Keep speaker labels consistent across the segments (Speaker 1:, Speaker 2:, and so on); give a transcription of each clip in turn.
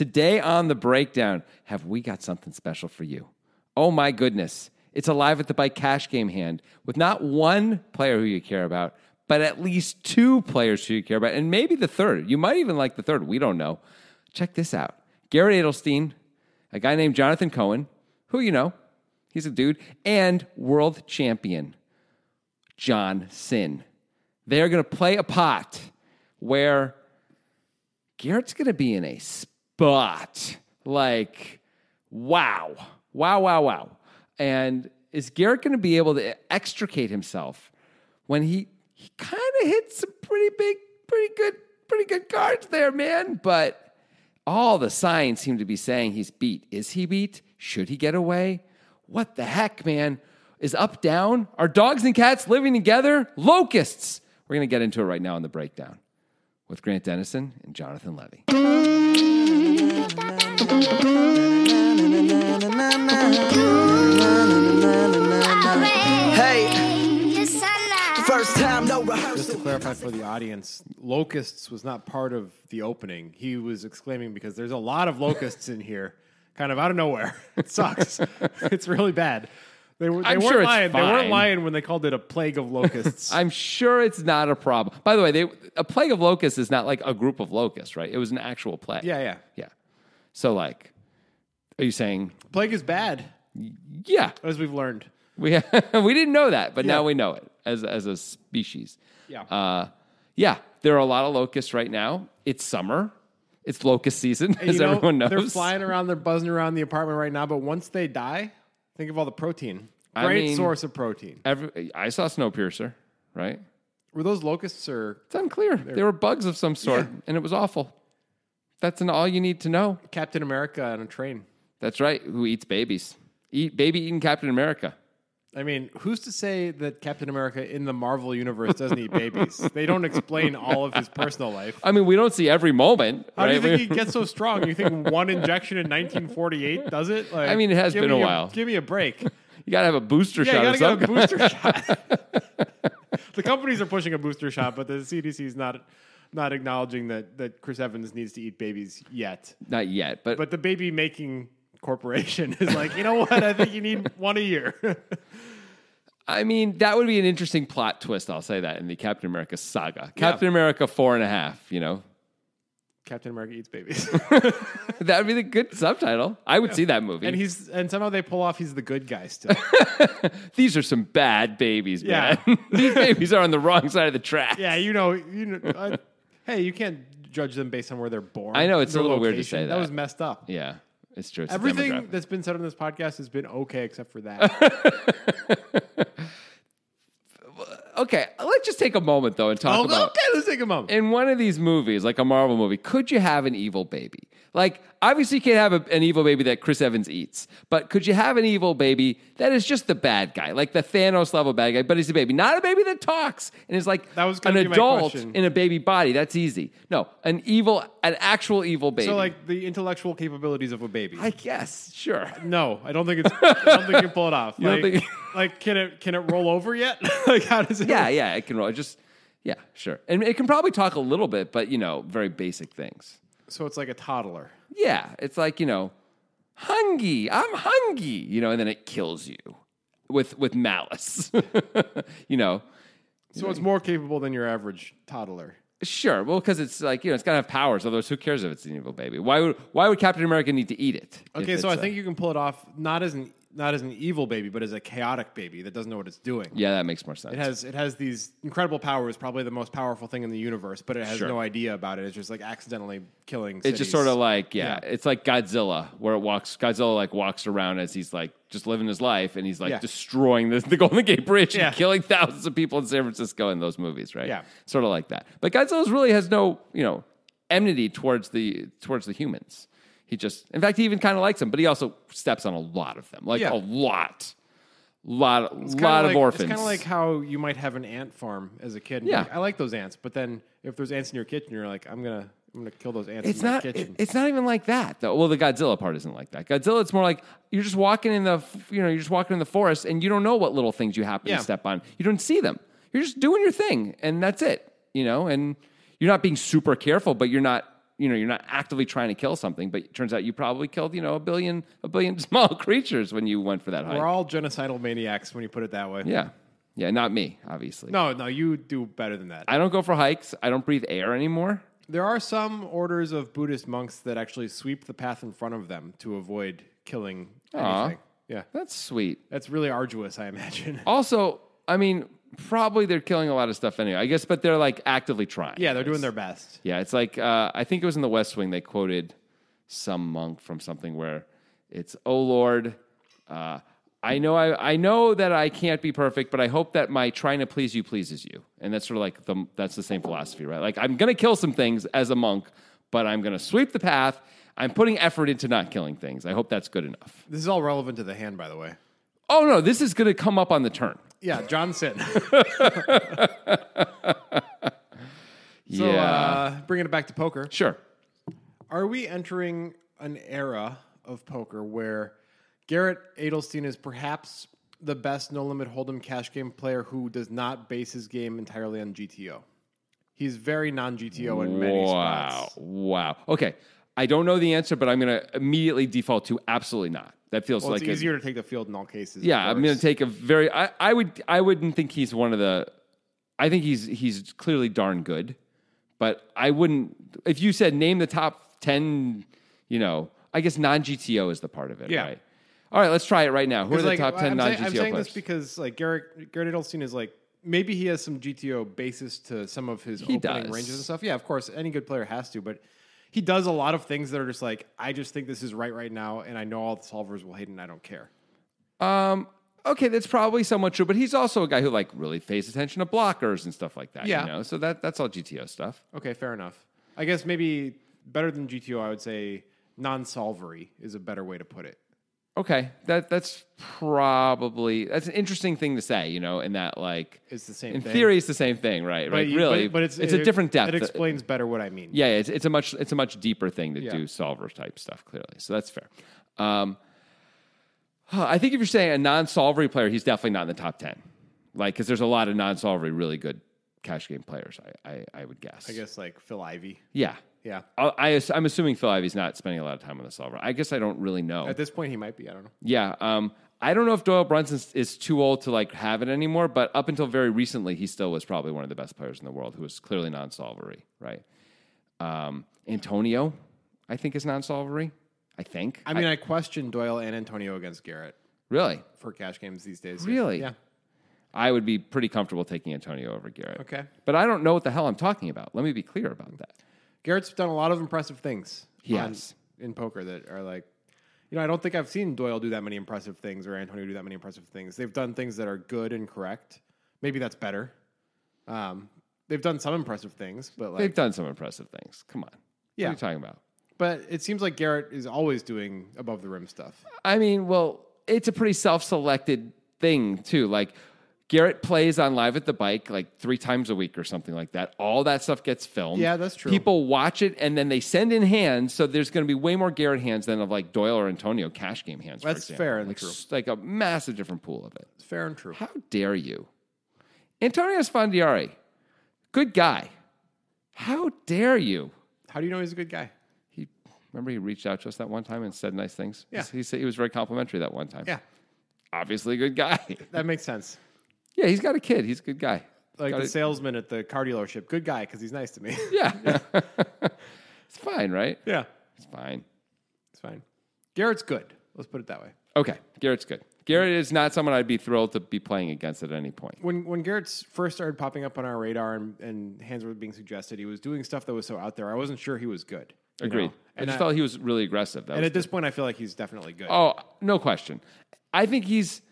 Speaker 1: Today on The Breakdown, have we got something special for you? Oh my goodness. It's alive at the bike cash game hand with not one player who you care about, but at least two players who you care about, and maybe the third. You might even like the third. We don't know. Check this out Garrett Adelstein, a guy named Jonathan Cohen, who you know, he's a dude, and world champion John Sin. They're going to play a pot where Garrett's going to be in a spot. Like, wow. Wow, wow, wow. And is Garrett going to be able to extricate himself when he, he kind of hits some pretty big, pretty good, pretty good cards there, man? But all the signs seem to be saying he's beat. Is he beat? Should he get away? What the heck, man? Is up down? Are dogs and cats living together? Locusts. We're going to get into it right now on the breakdown with Grant Dennison and Jonathan Levy.
Speaker 2: First time, no rehearsal.
Speaker 3: Just to clarify for the audience, locusts was not part of the opening. He was exclaiming because there's a lot of locusts in here, kind of out of nowhere. It sucks. it's really bad. They, were, they
Speaker 1: I'm
Speaker 3: weren't
Speaker 1: sure it's
Speaker 3: lying. They
Speaker 1: fine.
Speaker 3: weren't lying when they called it a plague of locusts.
Speaker 1: I'm sure it's not a problem. By the way, they, a plague of locusts is not like a group of locusts, right? It was an actual plague.
Speaker 3: yeah, yeah.
Speaker 1: Yeah. So, like, are you saying,
Speaker 3: Plague is bad,
Speaker 1: yeah,
Speaker 3: as we've learned.
Speaker 1: we, we didn't know that, but now
Speaker 3: Yeah.
Speaker 1: we know it as, as a species.
Speaker 3: Yeah.
Speaker 1: Uh, yeah, there are a lot of locusts right now. It's summer. It's locust season,
Speaker 3: And
Speaker 1: as
Speaker 3: you know,
Speaker 1: everyone knows.
Speaker 3: They're flying around, they're buzzing around the apartment right now, but once they die, think of all the protein.
Speaker 1: I
Speaker 3: Great
Speaker 1: mean-
Speaker 3: source of protein.
Speaker 1: Every, I saw Snowpiercer, right?
Speaker 3: Were those locusts or
Speaker 1: It's unclear. There were bugs of some sort,
Speaker 3: Yeah.
Speaker 1: and it was awful. That's an all you need to know.
Speaker 3: Captain America on a train?
Speaker 1: That's right. Who eats babies? Eat baby eating Captain America.
Speaker 3: I mean, who's to say that Captain America in the Marvel universe doesn't eat babies? They don't explain all of his personal life.
Speaker 1: I mean, we don't see every moment.
Speaker 3: How do you
Speaker 1: right?
Speaker 3: think he gets so strong? You think one injection in 1948 does it? Like,
Speaker 1: I mean, it has
Speaker 3: give
Speaker 1: been a
Speaker 3: me
Speaker 1: while.
Speaker 3: Give me a break.
Speaker 1: You gotta have a booster
Speaker 3: Yeah,
Speaker 1: shot.
Speaker 3: you
Speaker 1: or
Speaker 3: gotta get a
Speaker 1: something.
Speaker 3: booster shot. the companies are pushing a booster shot, but the CDC is not not acknowledging that that Chris Evans needs to eat babies yet.
Speaker 1: Not yet, but,
Speaker 3: But the baby making corporation is like, you know what? I think you need one a year.
Speaker 1: I mean, that would be an interesting plot twist. I'll say that in the Captain America saga. Captain America four and a half. You know,
Speaker 3: Captain America eats babies.
Speaker 1: that would be the good subtitle. I would see that movie.
Speaker 3: And he's and somehow they pull off he's the good guy still.
Speaker 1: These are some bad babies,
Speaker 3: Yeah.
Speaker 1: man. These babies are on the wrong side of the track.
Speaker 3: yeah, you know, you know, uh, hey, you can't judge them based on where they're born.
Speaker 1: I know, it's
Speaker 3: their
Speaker 1: a little weird to say
Speaker 3: That
Speaker 1: that.
Speaker 3: was messed up.
Speaker 1: Yeah, it's true. It's a
Speaker 3: Everything
Speaker 1: demographic.
Speaker 3: that's been said on this podcast has been okay except for that.
Speaker 1: Okay, let's just take a moment though and talk about
Speaker 3: okay, let's take a moment.
Speaker 1: in one of these movies, like a Marvel movie, could you have an evil baby? Like, obviously, you can't have a, an evil baby that Chris Evans eats, but could you have an evil baby that is just the bad guy, like the Thanos level bad guy, but he's a baby, not a baby that talks and is like
Speaker 3: That was
Speaker 1: an
Speaker 3: gonna be my
Speaker 1: adult
Speaker 3: question.
Speaker 1: in a baby body? That's easy. No, an evil, an actual evil baby.
Speaker 3: so like the intellectual capabilities of a baby.
Speaker 1: I guess, sure.
Speaker 3: no, I don't think it's. I don't think you pull it off.
Speaker 1: You don't
Speaker 3: like,
Speaker 1: think-
Speaker 3: like, can it can it roll over yet? like, how does it?
Speaker 1: Yeah, yeah, it can roll. Just, yeah, sure. And it can probably talk a little bit, but, you know, very basic things.
Speaker 3: So it's like a toddler.
Speaker 1: Yeah, it's like you know, hungry. I'm hungry. You know, and then it kills you with with malice. you know,
Speaker 3: So it's more capable than your average toddler.
Speaker 1: sure. Well, because it's like you know, it's gotta have powers. Otherwise, who cares if it's an evil baby? Why would why would Captain America need to eat it? if
Speaker 3: Okay,
Speaker 1: it's
Speaker 3: so I
Speaker 1: a-
Speaker 3: think you can pull it off not as an not as an evil baby, but as a chaotic baby that doesn't know what it's doing.
Speaker 1: yeah, that makes more sense.
Speaker 3: It has it has these incredible powers, probably the most powerful thing in the universe, but it has
Speaker 1: Sure.
Speaker 3: no idea about it. It's just like accidentally killing.
Speaker 1: it's just sort of like yeah,
Speaker 3: Yeah.
Speaker 1: it's like Godzilla where it walks. Godzilla like walks around as he's like just living his life, and he's like
Speaker 3: Yeah.
Speaker 1: destroying the, the Golden Gate Bridge
Speaker 3: Yeah.
Speaker 1: and killing thousands of people in San Francisco in those movies, right?
Speaker 3: Yeah.
Speaker 1: sort of like that. But Godzilla really has no you know enmity towards the towards the humans. He just, in fact, he even kind of likes them, but he also steps on a lot of them, like
Speaker 3: Yeah.
Speaker 1: a lot, lot, lot of orphans.
Speaker 3: It's kind of like how you might have an ant farm as a kid. and be
Speaker 1: Yeah.
Speaker 3: like, I like those ants, but then if there's ants in your kitchen, you're like, I'm gonna I'm gonna kill those ants
Speaker 1: It's
Speaker 3: in my
Speaker 1: not.
Speaker 3: kitchen.
Speaker 1: it- it's not even like that though. Well, the Godzilla part isn't like that. Godzilla, it's more like you're just walking in the, f- you know, you're just walking in the forest, and you don't know what little things you happen
Speaker 3: Yeah.
Speaker 1: to step on. You don't see them. You're just doing your thing, and that's it. You know, and you're not being super careful, but you're not you know you're not actively trying to kill something, but it turns out you probably killed you know a billion a billion small creatures when you went for that hike.
Speaker 3: We're all genocidal maniacs when you put it that way.
Speaker 1: yeah, yeah, not me, obviously.
Speaker 3: No, no, you do better than that.
Speaker 1: I don't go for hikes. I don't breathe air anymore.
Speaker 3: There are some orders of Buddhist monks that actually sweep the path in front of them to avoid killing
Speaker 1: Aw.
Speaker 3: anything. Yeah.
Speaker 1: That's sweet.
Speaker 3: That's really arduous, I imagine.
Speaker 1: Also, I mean, probably they're killing a lot of stuff anyway. I guess, but they're like actively trying.
Speaker 3: Yeah, they're doing their best.
Speaker 1: Yeah, it's like uh, I think it was in the West Wing they quoted some monk from something where it's, "Oh Lord, uh, I know I, I know that I can't be perfect, but I hope that my trying to please you pleases you." And that's sort of like the that's the same philosophy, right? Like I'm gonna kill some things as a monk, but I'm gonna sweep the path. I'm putting effort into not killing things. I hope that's good enough.
Speaker 3: This is all relevant to the hand, by the way.
Speaker 1: Oh no, this is gonna come up on the turn.
Speaker 3: Yeah, Johnson.
Speaker 1: Yeah,
Speaker 3: so, uh, bringing it back to poker.
Speaker 1: sure.
Speaker 3: Are we entering an era of poker where Garrett Adelstein is perhaps the best no limit hold'em cash game player who does not base his game entirely on GTO? He's very non GTO in many
Speaker 1: wow.
Speaker 3: spots.
Speaker 1: Wow. Okay. I don't know the answer, but I'm going to immediately default to absolutely not. That feels
Speaker 3: Well,
Speaker 1: like
Speaker 3: it's
Speaker 1: a-
Speaker 3: easier to take the field in all cases. of
Speaker 1: yeah. I'm going
Speaker 3: course.
Speaker 1: to take a very. I, I would. I wouldn't think he's one of the. I think he's he's clearly darn good, but I wouldn't. If you said name the top ten, you know, I guess non GTO is the part of it,
Speaker 3: Yeah.
Speaker 1: right? All right, let's try it right now. Who are the
Speaker 3: Like,
Speaker 1: top ten
Speaker 3: I'm
Speaker 1: non
Speaker 3: saying- I'm
Speaker 1: GTO
Speaker 3: saying
Speaker 1: players?
Speaker 3: this because like Garrett Garrett Adelstein is like maybe he has some GTO basis to some of his
Speaker 1: He
Speaker 3: opening
Speaker 1: does.
Speaker 3: ranges and stuff. Yeah, of course, any good player has to, but he does a lot of things that are just like I just think this is right right now, and I know all the solvers will hate it, and I don't care.
Speaker 1: Um, okay, that's probably somewhat true, but he's also a guy who like really pays attention to blockers and stuff like that.
Speaker 3: Yeah.
Speaker 1: you know, so that that's all GTO stuff.
Speaker 3: Okay, fair enough. I guess maybe better than GTO, I would say non-solvery is a better way to put it.
Speaker 1: Okay, that that's probably that's an interesting thing to say, you know, in that like
Speaker 3: It's the same
Speaker 1: in
Speaker 3: thing.
Speaker 1: theory it's the same thing, right?
Speaker 3: But
Speaker 1: right,
Speaker 3: you-
Speaker 1: really,
Speaker 3: but, but it's
Speaker 1: a different depth.
Speaker 3: It explains better what I mean.
Speaker 1: yeah, it's it's a much it's a much deeper thing to do solver type stuff clearly. So that's fair. Um, huh, I think if you're saying a non-solvery player, he's definitely not in the top ten, like because there's a lot of non-solvery really good cash game players. I I, I would guess.
Speaker 3: I guess like Phil Ivey.
Speaker 1: Yeah.
Speaker 3: Yeah.
Speaker 1: I, I, ass- I'm assuming Phil Ivey's not spending a lot of time on the solver. I guess I don't really know.
Speaker 3: At this point, he might be. I don't know.
Speaker 1: Yeah. Um, I don't know if Doyle Brunson is too old to like have it anymore, but up until very recently, he still was probably one of the best players in the world who was clearly non-solvery, right? Um, Antonio, I think, is non-solvery. I think.
Speaker 3: I mean, I question Doyle and Antonio against Garrett.
Speaker 1: really,
Speaker 3: for cash games these days.
Speaker 1: Really?
Speaker 3: Yeah.
Speaker 1: I would be pretty comfortable taking Antonio over Garrett.
Speaker 3: Okay.
Speaker 1: But I don't know what the hell I'm talking about. Let me be clear about that.
Speaker 3: Garrett's done a lot of impressive things.
Speaker 1: He
Speaker 3: on-
Speaker 1: has.
Speaker 3: in poker that are like, you know, I don't think I've seen Doyle do that many impressive things or Antonio do that many impressive things. They've done things that are good and correct. Maybe that's better. Um, they've done some impressive things, but like,
Speaker 1: They've done some impressive things. Come on.
Speaker 3: Yeah.
Speaker 1: What are you talking about?
Speaker 3: but it seems like Garrett is always doing above the rim stuff.
Speaker 1: I mean, well, it's a pretty self-selected thing too. Like Garrett plays on live at the bike like three times a week or something like that. All that stuff gets filmed.
Speaker 3: Yeah, that's true.
Speaker 1: People watch it and then they send in hands. So there's going to be way more Garrett hands than of like Doyle or Antonio cash game hands. for
Speaker 3: That's
Speaker 1: example.
Speaker 3: fair and
Speaker 1: like,
Speaker 3: true.
Speaker 1: s- Like a massive different pool of it.
Speaker 3: It's fair and true.
Speaker 1: How dare you, Antonio Sfandiari? Good guy. How dare you?
Speaker 3: How do you know he's a good guy?
Speaker 1: He remember he reached out to us that one time and said nice things.
Speaker 3: Yeah.
Speaker 1: he said he was very complimentary that one time
Speaker 3: Yeah,
Speaker 1: obviously a good guy.
Speaker 3: that makes sense.
Speaker 1: yeah, he's got a kid. He's a good guy.
Speaker 3: Like
Speaker 1: Got
Speaker 3: the
Speaker 1: it.
Speaker 3: salesman at the car dealership, good guy because he's nice to me.
Speaker 1: yeah. it's fine, right?
Speaker 3: yeah,
Speaker 1: It's fine.
Speaker 3: it's fine. Garrett's good. Let's put it that way.
Speaker 1: Okay, Garrett's good. Garrett is not someone I'd be thrilled to be playing against at any point.
Speaker 3: when when Garrett's first started popping up on our radar and, and hands were being suggested, he was doing stuff that was so out there. I wasn't sure he was good. you
Speaker 1: Agreed.
Speaker 3: know?
Speaker 1: I
Speaker 3: And,
Speaker 1: just
Speaker 3: I-
Speaker 1: felt he was really aggressive. That
Speaker 3: and
Speaker 1: was
Speaker 3: at this point, I feel like he's definitely good.
Speaker 1: Oh, no question. I think he's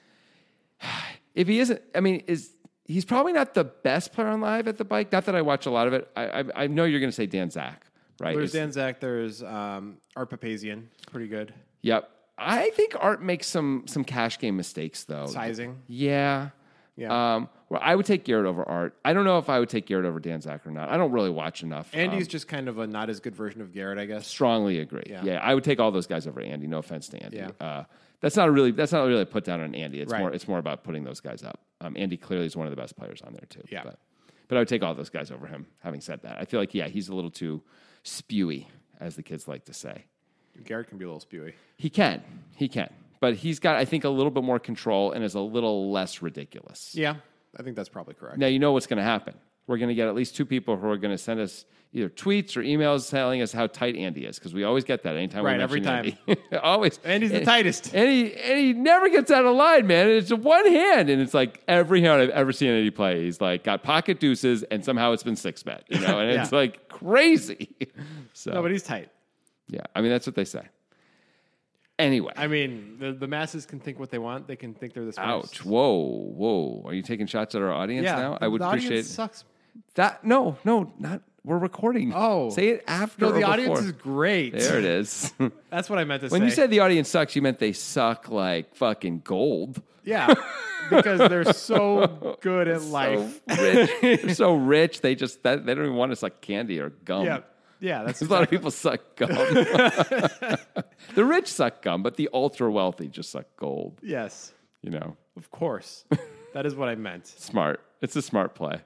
Speaker 1: if he isn't. I mean, is he's probably not the best player on live at the bike? Not that I watch a lot of it. I I, I know you're going to say Dan Zach, right?
Speaker 3: there's
Speaker 1: Is-
Speaker 3: Dan Zach. There's um, Art Papazian. Pretty good.
Speaker 1: Yep. I think Art makes some some cash game mistakes though.
Speaker 3: Sizing.
Speaker 1: Yeah.
Speaker 3: Yeah.
Speaker 1: Um, well, I would take Garrett over Art. I don't know if I would take Garrett over Dan Zach or not. I don't really watch enough. Um,
Speaker 3: Andy's just kind of a not as good version of Garrett, I guess.
Speaker 1: strongly agree. Yeah. I would take all those guys over Andy. No offense to Andy.
Speaker 3: Yeah.
Speaker 1: Uh, that's not a really that's not really a put down on Andy. It's
Speaker 3: Right.
Speaker 1: more it's more about putting those guys up. Um, Andy clearly is one of the best players on there too.
Speaker 3: Yeah.
Speaker 1: But, but I would take all those guys over him. Having said that, I feel like yeah, he's a little too spewy, as the kids like to say.
Speaker 3: Garrett can be a little spewy.
Speaker 1: He can. He can. But he's got, I think, a little bit more control and is a little less ridiculous.
Speaker 3: Yeah, I think that's probably correct.
Speaker 1: Now you know what's going to happen. We're going to get at least two people who are going to send us either tweets or emails telling us how tight Andy is because we always get that anytime.
Speaker 3: Right,
Speaker 1: we
Speaker 3: every
Speaker 1: mention Andy. always.
Speaker 3: Andy's the
Speaker 1: And-
Speaker 3: tightest.
Speaker 1: And he and he never gets out of line, man. It's one hand, and it's like every hand I've ever seen Andy play, he's like got pocket deuces, and somehow it's been six bet, you know, and it's
Speaker 3: Yeah.
Speaker 1: like crazy. So
Speaker 3: No, but he's tight.
Speaker 1: yeah, I mean that's what they say. Anyway,
Speaker 3: I mean, the, the masses can think what they want. They can think they're this.
Speaker 1: ouch, whoa, whoa, are you taking shots at our audience
Speaker 3: Yeah,
Speaker 1: now?
Speaker 3: the-
Speaker 1: I would
Speaker 3: the audience
Speaker 1: appreciate.
Speaker 3: Sucks.
Speaker 1: That no, no, not we're recording.
Speaker 3: Oh.
Speaker 1: say it after.
Speaker 3: No, the
Speaker 1: or
Speaker 3: audience
Speaker 1: before.
Speaker 3: is great.
Speaker 1: there. It is.
Speaker 3: That's what I meant to say.
Speaker 1: when you said the audience sucks, you meant they suck like fucking gold.
Speaker 3: yeah, because they're so good at life.
Speaker 1: So rich, They're so rich. They just that, they don't even want to suck candy or gum.
Speaker 3: Yeah, yeah, that's
Speaker 1: A lot of people suck gum. the rich suck gum, but the ultra wealthy just suck gold.
Speaker 3: yes,
Speaker 1: You know,
Speaker 3: of course. that is what I meant.
Speaker 1: smart. It's a smart play.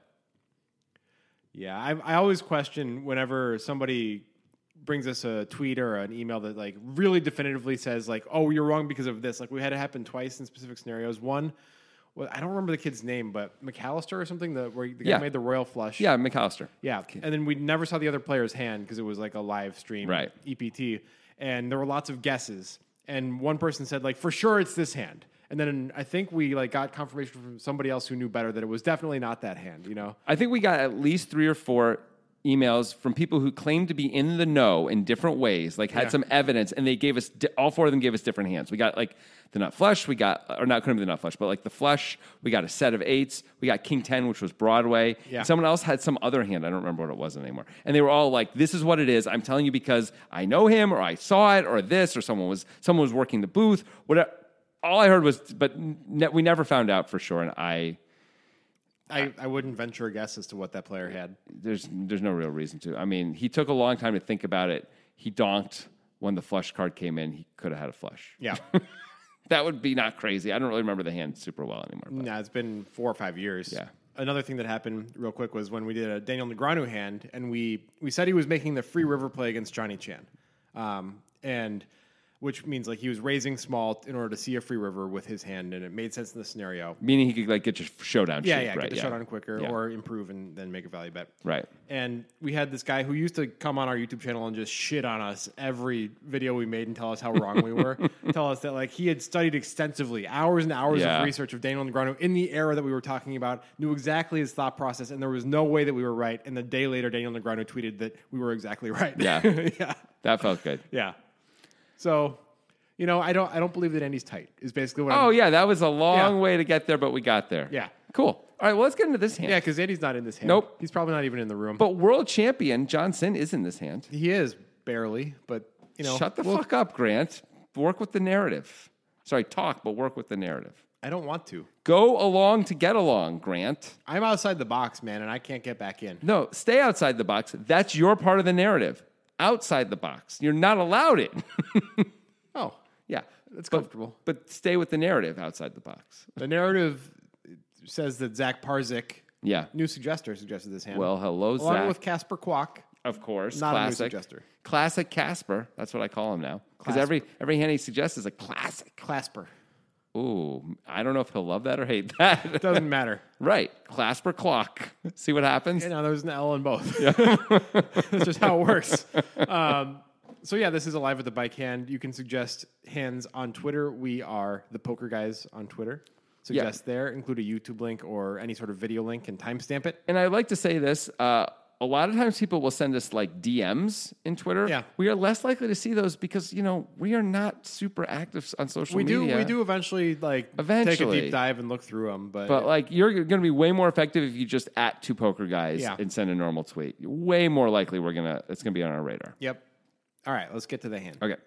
Speaker 3: Yeah, I, I always question whenever somebody brings us a tweet or an email that like really definitively says like, "Oh, you're wrong because of this." Like we had it happen twice in specific scenarios. One, well, I don't remember the kid's name, but McAllister or something. The where the guy
Speaker 1: Yeah.
Speaker 3: made the royal flush.
Speaker 1: Yeah, McAllister.
Speaker 3: yeah. And then we never saw the other player's hand because it was like a live stream
Speaker 1: Right.
Speaker 3: EPT, and there were lots of guesses. And one person said like, "For sure, it's this hand." And then I think we like got confirmation from somebody else who knew better that it was definitely not that hand. You know.
Speaker 1: I think we got at least three or four emails from people who claimed to be in the know in different ways, like had
Speaker 3: Yeah.
Speaker 1: some evidence, and they gave us di- all four of them gave us different hands. We got like the nut flush, we got or not couldn't be the nut flush, but like the flush. We got a set of eights. We got king ten, which was Broadway.
Speaker 3: Yeah.
Speaker 1: And someone else had some other hand. I don't remember what it was anymore. And they were all like, "This is what it is. I'm telling you because I know him, or I saw it, or this, or someone was someone was working the booth. Whatever." All I heard was, but ne- we never found out for sure, and I
Speaker 3: I, I wouldn't venture a guess as to what that player had.
Speaker 1: there's there's no real reason to. I mean, he took a long time to think about it. He donked when the flush card came in. He could have had a flush.
Speaker 3: Yeah.
Speaker 1: That would be not crazy. I don't really remember the hand super well anymore.
Speaker 3: nah, it's been four or five years.
Speaker 1: Yeah.
Speaker 3: Another thing that happened real quick was when we did a Daniel Negreanu hand, and we, we said he was making the free river play against Johnny Chan. Um, and which means like he was raising small in order to see a free river with his hand, and it made sense in the scenario.
Speaker 1: Meaning he could like get your showdown.
Speaker 3: Yeah,
Speaker 1: cheap,
Speaker 3: yeah,
Speaker 1: right?
Speaker 3: get the showdown quicker
Speaker 1: Yeah.
Speaker 3: or improve and then make a value bet.
Speaker 1: Right.
Speaker 3: And we had this guy who used to come on our YouTube channel and just shit on us every video we made and tell us how wrong we were. Tell us that like he had studied extensively, hours and hours
Speaker 1: Yeah.
Speaker 3: of research of Daniel Negreanu in the era that we were talking about, knew exactly his thought process, and there was no way that we were right. And the day later, Daniel Negreanu tweeted that we were exactly right.
Speaker 1: Yeah.
Speaker 3: yeah,
Speaker 1: That felt good.
Speaker 3: yeah. So, you know, I don't, I don't believe that Andy's tight. Is basically what.
Speaker 1: Oh
Speaker 3: I'm,
Speaker 1: yeah, that was a long
Speaker 3: Yeah.
Speaker 1: way to get there, but we got there.
Speaker 3: Yeah.
Speaker 1: Cool. All right. Well, let's get into this hand.
Speaker 3: yeah, because Andy's not in this hand.
Speaker 1: Nope.
Speaker 3: he's probably not even in the room.
Speaker 1: But world champion Johnson is in this hand.
Speaker 3: He is barely, but you know,
Speaker 1: Shut the
Speaker 3: we'll-
Speaker 1: fuck up, Grant. Work with the narrative. Sorry, talk, but work with the narrative.
Speaker 3: I don't want to.
Speaker 1: Go along to get along, Grant.
Speaker 3: I'm outside the box, man, and I can't get back in.
Speaker 1: No, stay outside the box. That's your part of the narrative. Outside the box. You're not allowed it.
Speaker 3: Oh,
Speaker 1: yeah.
Speaker 3: that's
Speaker 1: But-
Speaker 3: comfortable.
Speaker 1: But, stay with the narrative outside the box.
Speaker 3: The narrative says that Zach Parzik,
Speaker 1: Yeah.
Speaker 3: new suggester, suggested this hand.
Speaker 1: Well, hello,
Speaker 3: along
Speaker 1: Zach.
Speaker 3: with Casper Kwok.
Speaker 1: of course.
Speaker 3: not a new
Speaker 1: classic.
Speaker 3: suggester.
Speaker 1: Classic Casper. That's what I call him now. Because
Speaker 3: Clasp.
Speaker 1: every, every hand he suggests is a classic.
Speaker 3: Clasper
Speaker 1: Ooh, I don't know if he'll love that or hate that.
Speaker 3: doesn't matter.
Speaker 1: right. Clasper clock. See what happens?
Speaker 3: You know, there's an L in both. That's just how it works. Um, so yeah, this is a live at the bike hand. You can suggest hands on Twitter. We are the Poker Guys on Twitter. Suggest there, include a YouTube link or any sort of video link, and timestamp it.
Speaker 1: and I like to say this. Uh, a lot of times people will send us like DMs in Twitter.
Speaker 3: Yeah.
Speaker 1: We are less likely to see those because, you know, we are not super active on social
Speaker 3: We do.
Speaker 1: media.
Speaker 3: We do eventually like take a
Speaker 1: Eventually.
Speaker 3: deep dive and look through them. But,
Speaker 1: But like you're going to be way more effective if you just at two poker guys
Speaker 3: Yeah.
Speaker 1: and send a normal tweet. You're Way more likely we're gonna it's gonna be on our radar.
Speaker 3: yep. All right, let's get to the hand.
Speaker 1: Okay.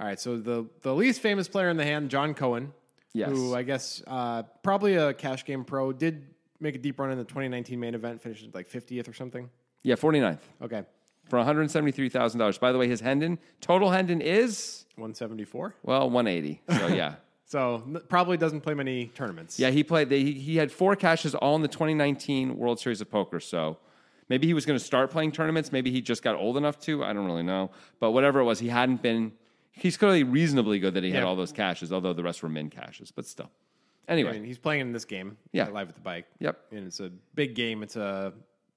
Speaker 3: All right, so the the least famous player in the hand, John Cohen,
Speaker 1: Yes.
Speaker 3: who I guess uh, probably a cash game pro, did make a deep run in the 2019 main event, finished like 50th or something.
Speaker 1: Yeah, 49th.
Speaker 3: Okay,
Speaker 1: For $173,000. By the way, his Hendon, total Hendon is,
Speaker 3: 174.
Speaker 1: well, 180. So, yeah.
Speaker 3: So n- probably doesn't play many tournaments.
Speaker 1: Yeah, he played. They, he, he had four caches all in the 2019 World Series of Poker. So Maybe he was going to start playing tournaments. Maybe he just got old enough to. I don't really know. But whatever it was, he hadn't been. He's clearly reasonably good that he had
Speaker 3: Yeah.
Speaker 1: all those caches, although the rest were min caches. But still, anyway,
Speaker 3: I mean, he's playing in this game.
Speaker 1: Yeah.
Speaker 3: uh, live at the bike.
Speaker 1: Yep.
Speaker 3: and it's a big game. It's a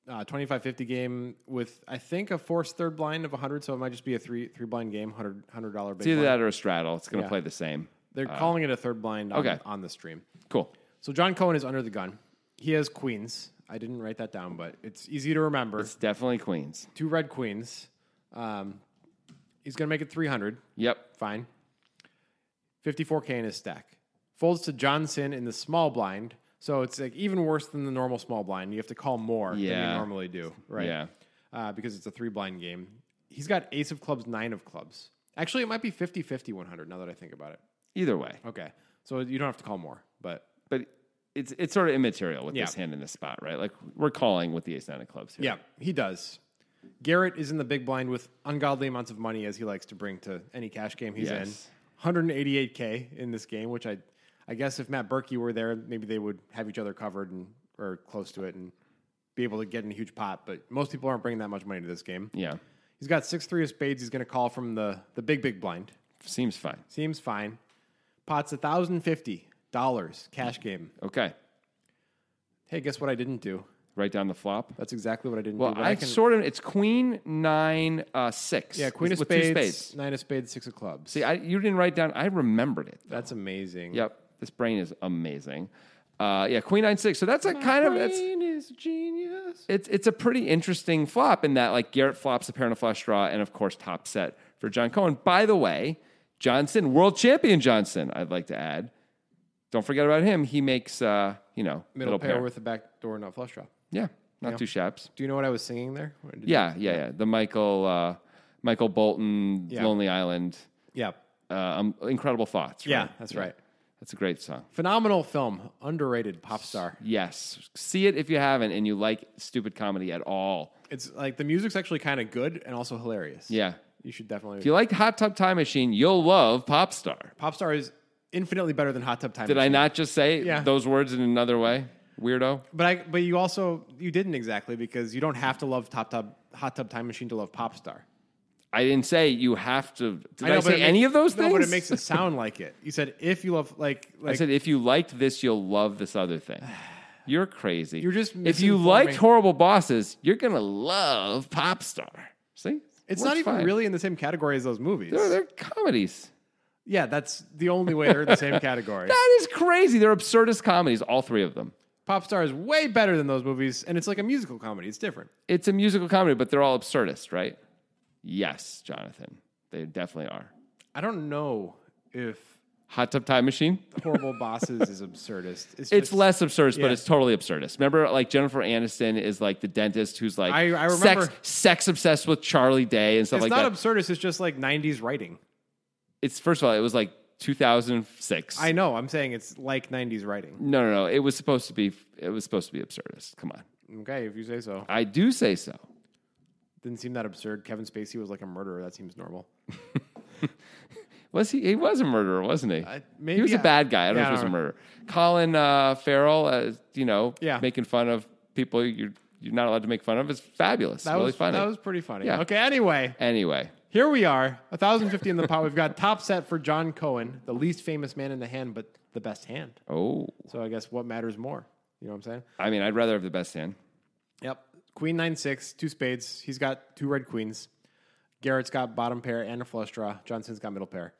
Speaker 3: uh, 25-50 game with I think a forced third blind of 100, so it might just be a three three blind game, 100 hundred dollar big.
Speaker 1: it's either
Speaker 3: blind.
Speaker 1: that or a straddle. It's going to
Speaker 3: Yeah.
Speaker 1: play the same.
Speaker 3: They're calling it a third blind. On,
Speaker 1: okay.
Speaker 3: on the stream.
Speaker 1: Cool.
Speaker 3: So John Cohen is under the gun. He has queens. I didn't write that down, but it's easy to remember.
Speaker 1: It's definitely Queens.
Speaker 3: Two red queens. Um, he's going to make it 300.
Speaker 1: Yep.
Speaker 3: Fine. 54K in his stack. Folds to Johnson in the small blind. So it's like even worse than the normal small blind. You have to call more than
Speaker 1: Yeah.
Speaker 3: you normally do, right?
Speaker 1: Yeah.
Speaker 3: Uh, because it's a three blind game. He's got ace of clubs, nine of clubs. Actually, it might be 50 50 100 now that I think about it.
Speaker 1: Either way,
Speaker 3: Okay. So you don't have to call more, but
Speaker 1: but it's it's sort of immaterial with
Speaker 3: Yeah.
Speaker 1: this hand in this spot, right? Like we're calling with the ace nine of clubs here.
Speaker 3: Yeah, he does. Garrett is in the big blind with ungodly amounts of money as he likes to bring to any cash game he's
Speaker 1: Yes.
Speaker 3: in. 188k in this game, which I, I guess if Matt Berkey were there, maybe they would have each other covered and or close to it and be able to get in a huge pot. But most people aren't bringing that much money to this game.
Speaker 1: Yeah.
Speaker 3: He's got six three of spades. He's going to call from the the big big blind.
Speaker 1: Seems fine.
Speaker 3: Seems fine. Pots a thousand fifty dollars cash game.
Speaker 1: Okay.
Speaker 3: Hey, guess what I didn't do?
Speaker 1: Write down the flop.
Speaker 3: That's exactly what I didn't do.
Speaker 1: Well,
Speaker 3: but
Speaker 1: I, sort of it's queen nine uh, six.
Speaker 3: yeah, queen of
Speaker 1: with
Speaker 3: spades,
Speaker 1: Two spades.
Speaker 3: nine of spades, six of clubs.
Speaker 1: See, I, you didn't write down. I remembered it.
Speaker 3: That's amazing.
Speaker 1: Yep, this brain is amazing. Uh, yeah, queen nine six. So that's a kind of that's
Speaker 3: is genius.
Speaker 1: it's it's a pretty interesting flop in that like Garrett flops a pair and a flush draw, and of course top set for John Cohen. By the way, Johnson, world champion Johnson. I'd like to add. Don't forget about him. He makes uh, you know
Speaker 3: Middle, pair, with a back door nut flush draw.
Speaker 1: yeah, not two shaps.
Speaker 3: Do you know what I was singing there? Or did-
Speaker 1: Yeah, yeah, yeah. The Michael uh, Michael Bolton
Speaker 3: Yeah.
Speaker 1: Lonely Island.
Speaker 3: Yeah.
Speaker 1: Uh, um, incredible thoughts. Right?
Speaker 3: Yeah, that's right.
Speaker 1: That's a great song.
Speaker 3: Phenomenal film, underrated pop star.
Speaker 1: Yes, see it if you haven't, and you like stupid comedy at all.
Speaker 3: It's like the music's actually kind of good and also hilarious.
Speaker 1: Yeah,
Speaker 3: You should definitely.
Speaker 1: if you like Hot Tub Time Machine, you'll love Pop Star.
Speaker 3: pop star is infinitely better than Hot Tub Time.
Speaker 1: Did I not just say
Speaker 3: Yeah.
Speaker 1: those words in another way, weirdo?
Speaker 3: But I but you also you didn't exactly because you don't have to love Top Tub Hot Tub Time Machine to love Pop Star.
Speaker 1: I didn't say you have to. Did I,
Speaker 3: know, but
Speaker 1: say
Speaker 3: it
Speaker 1: any
Speaker 3: makes-
Speaker 1: of those
Speaker 3: no,
Speaker 1: things?
Speaker 3: but it makes it sound like it. You said if you love like like
Speaker 1: I said, if you liked this, you'll love this other thing. You're crazy. You're
Speaker 3: just
Speaker 1: if you liked
Speaker 3: misinforming-
Speaker 1: horrible bosses, you're gonna love Pop Star. See, Works
Speaker 3: it's not even
Speaker 1: fine.
Speaker 3: really in the same category as those movies.
Speaker 1: They're, they're comedies.
Speaker 3: Yeah, that's the only way they're in the same category.
Speaker 1: That is crazy. They're absurdist comedies, all three of them.
Speaker 3: Popstar is way better than those movies, and it's like a musical comedy. It's different.
Speaker 1: It's a musical comedy, but they're all absurdist, right? Yes, Jonathan. They definitely are.
Speaker 3: I don't know if
Speaker 1: Hot Tub Time Machine.
Speaker 3: Horrible Bosses is absurdist.
Speaker 1: It's
Speaker 3: It's, just-
Speaker 1: less absurdist,
Speaker 3: yeah.
Speaker 1: but it's totally absurdist. Remember, like Jennifer Aniston is like the dentist who's like
Speaker 3: I- I
Speaker 1: sex,
Speaker 3: remember-
Speaker 1: sex obsessed with Charlie Day and stuff like
Speaker 3: It's not
Speaker 1: that.
Speaker 3: absurdist. It's just like '90s writing.
Speaker 1: it's first of all, it was like 2006.
Speaker 3: I know. I'm saying it's like '90s writing.
Speaker 1: no, no, no. It was supposed to be. It was supposed to be absurdist. Come on,
Speaker 3: Okay, if you say so.
Speaker 1: I do say so.
Speaker 3: Didn't seem that absurd. Kevin Spacey was like a murderer. That seems normal.
Speaker 1: Was he? He was a murderer, wasn't he?
Speaker 3: maybe
Speaker 1: he was a
Speaker 3: I-
Speaker 1: bad guy. I don't
Speaker 3: Yeah,
Speaker 1: know if he
Speaker 3: I
Speaker 1: was a
Speaker 3: don't know.
Speaker 1: murderer. Colin uh, Farrell, uh, you know,
Speaker 3: Yeah.
Speaker 1: making fun of people you're you're not allowed to make fun of is fabulous.
Speaker 3: That
Speaker 1: really
Speaker 3: was
Speaker 1: funny.
Speaker 3: That was pretty funny.
Speaker 1: Yeah.
Speaker 3: Okay. Anyway,
Speaker 1: anyway,
Speaker 3: here we are. 1,050 in the pot. We've got top set for John Cohen, the least famous man in the hand, but the best hand.
Speaker 1: oh,
Speaker 3: So I guess what matters more? You know what I'm saying?
Speaker 1: I mean, I'd rather have the best hand.
Speaker 3: Yep. Queen nine six, two spades. He's got two red queens. Garrett's got bottom pair and a flush draw. Johnson's got middle pair.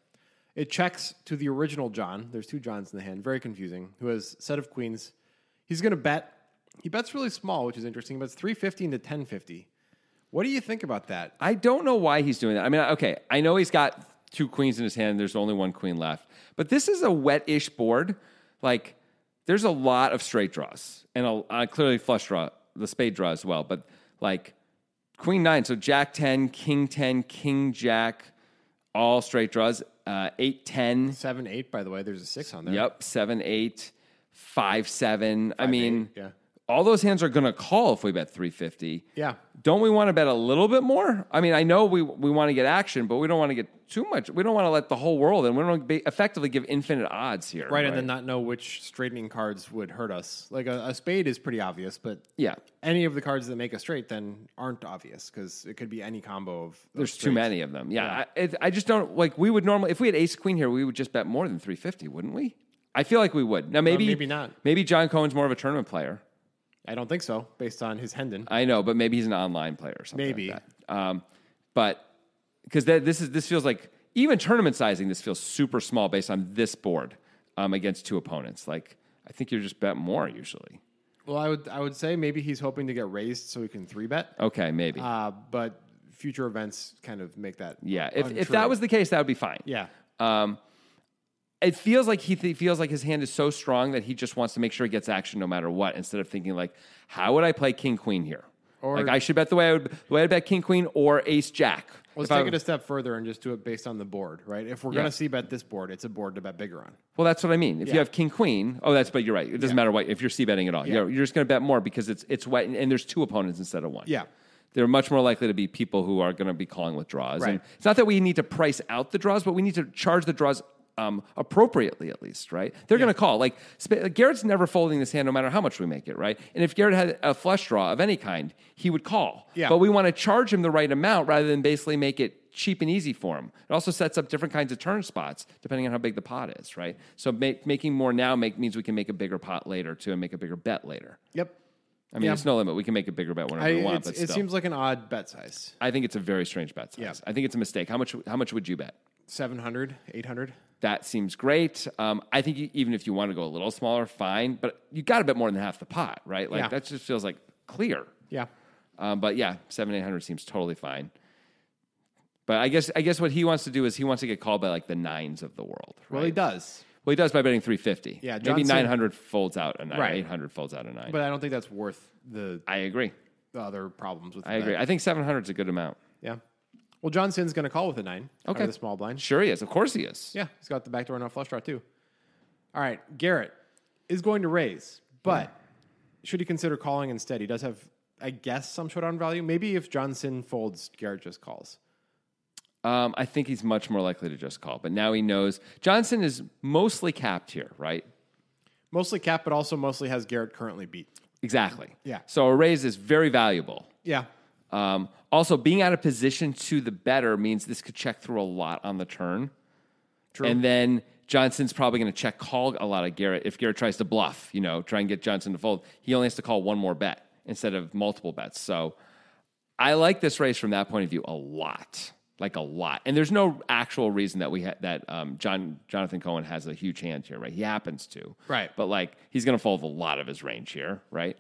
Speaker 3: It checks to the original John. There's two Johns in the hand. Very confusing. Who has set of queens? He's going to bet. He bets really small, which is interesting. But it's three fifty into ten fifty. What do you think about that?
Speaker 1: I don't know why he's doing that. I mean, okay, I know he's got two queens in his hand. There's only one queen left, but this is a wet-ish board. Like, there's a lot of straight draws and a, uh, clearly flush draw, the spade draw as well. But like, queen nine, so jack ten, king ten, king jack, all straight draws. Uh, eight ten,
Speaker 3: Seven eight. By the way, there's a six on there.
Speaker 1: yep, seven eight, five seven. I mean,
Speaker 3: yeah.
Speaker 1: all those hands are going to call if we bet 350.
Speaker 3: Yeah.
Speaker 1: Don't we want to bet a little bit more? I mean, I know we we want to get action, but we don't want to get too much. We don't want to let the whole world and we don't want to be, effectively give infinite odds here.
Speaker 3: Right, and then not know which straightening cards would hurt us. Like a, a spade is pretty obvious, but
Speaker 1: Yeah.
Speaker 3: any of the cards that make a straight then aren't obvious because it could be any combo of. of
Speaker 1: There's too
Speaker 3: straights.
Speaker 1: many of them. Yeah, I, it, I just don't like. We would normally, if we had Ace Queen here, we would just bet more than 350, wouldn't we? I feel like we would. Now maybe
Speaker 3: Uh, maybe not.
Speaker 1: Maybe John Cohen's more of a tournament player.
Speaker 3: I don't think so, based on his Hendon.
Speaker 1: I know, but maybe he's an online player or something. like
Speaker 3: Maybe.
Speaker 1: that. Um, but because this is this feels like even tournament sizing, this feels super small based on this board um, against two opponents. Like I think you're just bet more usually.
Speaker 3: Well, I would I would say maybe he's hoping to get raised so he can three bet.
Speaker 1: Okay, maybe.
Speaker 3: Uh, but future events kind of make that.
Speaker 1: yeah. If, if
Speaker 3: untrue.
Speaker 1: that was the case, that would be fine.
Speaker 3: yeah,
Speaker 1: Um, it feels like he th- feels like his hand is so strong that he just wants to make sure he gets action no matter what, instead of thinking like, how would I play king queen here?
Speaker 3: Or-
Speaker 1: like I should bet the way I would the way I bet king queen or ace jack.
Speaker 3: let's
Speaker 1: If I-
Speaker 3: take it a step further and just do it based on the board, right? If we're
Speaker 1: Yeah.
Speaker 3: gonna see bet this board, it's a board to bet bigger on.
Speaker 1: Well, that's what I mean. If you
Speaker 3: Yeah.
Speaker 1: have king queen, oh, that's but you're right. It doesn't matter what if you're c betting at all.
Speaker 3: Yeah.
Speaker 1: You're, you're just going to bet more because it's it's wet and, and there's two opponents instead of one.
Speaker 3: Yeah.
Speaker 1: they're much more likely to be people who are going to be calling with draws. And
Speaker 3: Right.
Speaker 1: it's not that we need to price out the draws, but we need to charge the draws. Um, appropriately, at least, right? They're going to call. Like Sp- Garrett's never folding this hand, no matter how much we make it, right? And if Garrett had a flush draw of any kind, he would call.
Speaker 3: Yeah.
Speaker 1: But we want to charge him the right amount rather than basically make it cheap and easy for him. It also sets up different kinds of turn spots depending on how big the pot is, right? So make, making more now make, means we can make a bigger pot later too and make a bigger bet later.
Speaker 3: Yep.
Speaker 1: I mean,
Speaker 3: Yeah.
Speaker 1: it's no limit. We can make a bigger bet whenever
Speaker 3: I,
Speaker 1: we want,
Speaker 3: it's-
Speaker 1: but
Speaker 3: it
Speaker 1: still.
Speaker 3: seems like an odd bet size.
Speaker 1: I think it's a very strange bet size.
Speaker 3: Yeah.
Speaker 1: I think it's a mistake. How much how much would you bet?
Speaker 3: 700, 800.
Speaker 1: That seems great. Um, I think you, even if you want to go a little smaller, fine, but you got to bet more than half the pot, right? Like
Speaker 3: Yeah.
Speaker 1: that just feels like clear.
Speaker 3: Yeah.
Speaker 1: Um, but yeah, seven eight hundred seems totally fine. But I guess I guess what he wants to do is he wants to get called by like the nines of the world. Right?
Speaker 3: Well, he does,
Speaker 1: Well, he does by betting three fifty.
Speaker 3: Yeah,
Speaker 1: maybe
Speaker 3: Johnson-
Speaker 1: nine hundred folds out a nine,
Speaker 3: Right.
Speaker 1: eight hundred folds out a nine.
Speaker 3: but I don't think that's worth the,
Speaker 1: I agree.
Speaker 3: the other problems with.
Speaker 1: I agree. I think seven hundred is a good amount.
Speaker 3: Yeah. Well, Johnson's going to call with a nine. out of
Speaker 1: Okay.
Speaker 3: The small blind.
Speaker 1: Sure, he is. Of course, he is.
Speaker 3: Yeah, he's got the backdoor no flush draw too. All right, Garrett is going to raise, but should he consider calling instead? He does have, I guess, some showdown value. Maybe if Johnson folds, Garrett just calls.
Speaker 1: Um, I think he's much more likely to just call. But now he knows Johnson is mostly capped here, right?
Speaker 3: Mostly cap, but also mostly has Garrett currently beat.
Speaker 1: Exactly.
Speaker 3: Yeah.
Speaker 1: So a raise is very valuable.
Speaker 3: Yeah,
Speaker 1: Um, also, being out of position to the better means this could check through a lot on the turn.
Speaker 3: True.
Speaker 1: And then Johnson's probably going to check call a lot of Garrett. If Garrett tries to bluff, you know, try and get Johnson to fold, he only has to call one more bet instead of multiple bets. So I like this race from that point of view a lot, like a lot. And there's no actual reason that we ha- that um, John Jonathan Cohen has a huge hand here, right? He happens to,
Speaker 3: Right.
Speaker 1: But like he's going to fold a lot of his range here, right?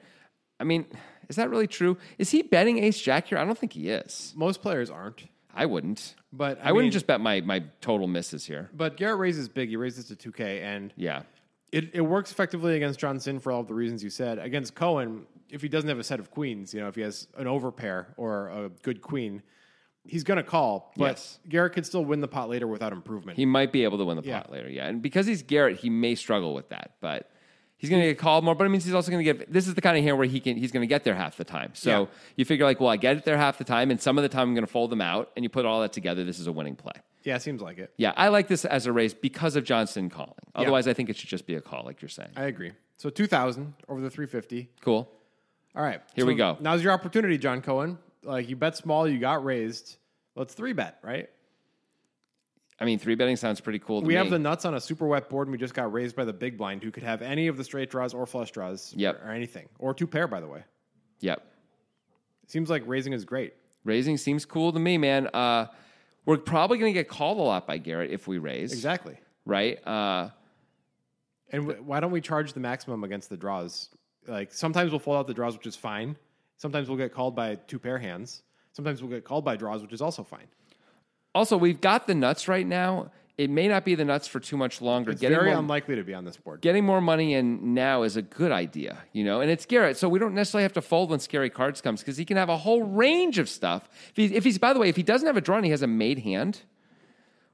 Speaker 1: I mean, is that really true? Is he betting Ace Jack here? I don't think he is.
Speaker 3: most players aren't,
Speaker 1: I wouldn't.
Speaker 3: but I,
Speaker 1: I, wouldn't
Speaker 3: mean-
Speaker 1: just bet my my total misses here.
Speaker 3: But Garrett raises big. He raises to two K, and
Speaker 1: Yeah.
Speaker 3: it, it works effectively against Johnson for all of the reasons you said. Against Cohen, if he doesn't have a set of queens, you know, if he has an overpair or a good queen, he's going to call. But
Speaker 1: Yes.
Speaker 3: Garrett could still win the pot later without improvement.
Speaker 1: He might be able to win the
Speaker 3: Yeah.
Speaker 1: pot later, yeah. And because he's Garrett, he may struggle with that, but he's going to get called more. But it means he's also going to get. This is the kind of hand where he can. He's going to get there half the time. So
Speaker 3: Yeah.
Speaker 1: you figure like, well, I get it there half the time, and some of the time I'm going to fold them out, and you put all that together. This is a winning play.
Speaker 3: yeah, seems like it.
Speaker 1: Yeah, I like this as a race because of Johnson calling. Otherwise, I think it should just be a call, like you're saying.
Speaker 3: I agree. So 2,000 over the 350.
Speaker 1: Cool.
Speaker 3: All right.
Speaker 1: Here
Speaker 3: so
Speaker 1: we go.
Speaker 3: Now's your opportunity, John Cohen. Like you bet small, you got raised. Let's three bet, right?
Speaker 1: I mean, three betting sounds pretty cool. To
Speaker 3: We
Speaker 1: me.
Speaker 3: have the nuts on a super wet board, and we just got raised by the big blind, who could have any of the straight draws or flush draws
Speaker 1: Yep.
Speaker 3: or anything, or two pair, by the way.
Speaker 1: Yep.
Speaker 3: Seems like raising is great.
Speaker 1: Raising seems cool to me, man. Uh, we're probably going to get called a lot by Garrett if we raise,
Speaker 3: Exactly.
Speaker 1: right? Uh,
Speaker 3: And w- why don't we charge the maximum against the draws? Like sometimes we'll fold out the draws, which is fine. Sometimes we'll get called by two pair hands. Sometimes we'll get called by draws, which is also fine.
Speaker 1: Also, we've got the nuts right now. It may not be the nuts for too much longer.
Speaker 3: It's very
Speaker 1: more,
Speaker 3: unlikely to be on this board.
Speaker 1: getting more money in now is a good idea, you know. And it's Garrett, so we don't necessarily have to fold when scary cards comes because he can have a whole range of stuff. If he's, if he's by the way, if he doesn't have a draw and he has a made hand,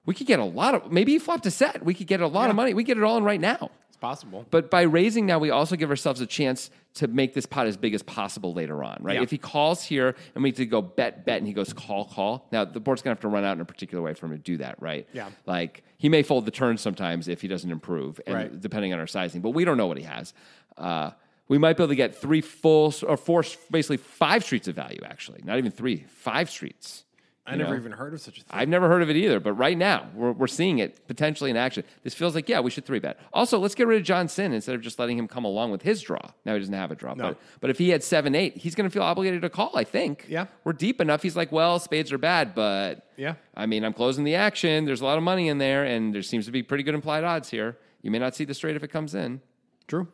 Speaker 1: we could get a lot of. Maybe he flopped a set. We could get a lot of money. We could get it all in right now.
Speaker 3: possible.
Speaker 1: But by raising now, we also give ourselves a chance to make this pot as big as possible later on, right?
Speaker 3: Yeah.
Speaker 1: If he calls here and we need to go bet, bet, and he goes call, call, now the board's gonna have to run out in a particular way for him to do that, right?
Speaker 3: Yeah.
Speaker 1: Like he may fold the turn sometimes if he doesn't improve, and
Speaker 3: Right.
Speaker 1: depending on our sizing, but we don't know what he has. Uh, we might be able to get three full or four, basically five streets of value, actually, not even three, five streets.
Speaker 3: I
Speaker 1: you
Speaker 3: never
Speaker 1: know?
Speaker 3: even heard of such a thing.
Speaker 1: I've never heard of it either, but right now we're, we're seeing it potentially in action. This feels like, yeah, we should three bet. Also, let's get rid of John Sin instead of just letting him come along with his draw. Now he doesn't have a draw,
Speaker 3: No.
Speaker 1: but, but if he had seven, eight, he's going to feel obligated to call, I think.
Speaker 3: Yeah.
Speaker 1: We're deep enough. He's like, well, spades are bad, but
Speaker 3: Yeah.
Speaker 1: I mean, I'm closing the action. There's a lot of money in there, and there seems to be pretty good implied odds here. You may not see the straight if it comes in.
Speaker 3: True.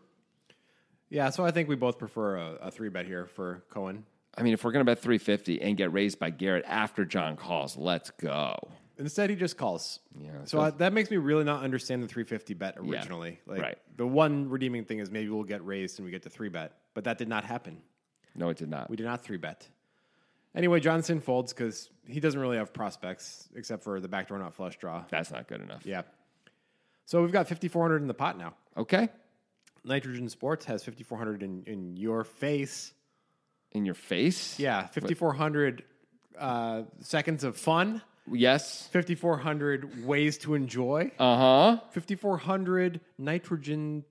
Speaker 3: Yeah, so I think we both prefer a, a three bet here for Cohen.
Speaker 1: I mean, if we're going to bet 350 and get raised by Garrett after John calls, let's go.
Speaker 3: Instead, he just calls.
Speaker 1: Yeah,
Speaker 3: So I, that makes me really not understand the 350 bet originally. Like
Speaker 1: right.
Speaker 3: the one redeeming thing is maybe we'll get raised and we get the three bet, but that did not happen.
Speaker 1: No, it did not.
Speaker 3: We did not three bet. Anyway, Johnson folds because he doesn't really have prospects except for the backdoor not flush draw.
Speaker 1: That's not good enough.
Speaker 3: Yeah. So we've got 5,400 in the pot now.
Speaker 1: Okay.
Speaker 3: Nitrogen Sports has 5,400 in, in your face.
Speaker 1: In your face?
Speaker 3: Yeah, 5,400 uh, seconds of fun,
Speaker 1: Yes.
Speaker 3: 5,400 ways to enjoy,
Speaker 1: Uh huh.
Speaker 3: 5,400 nitrogen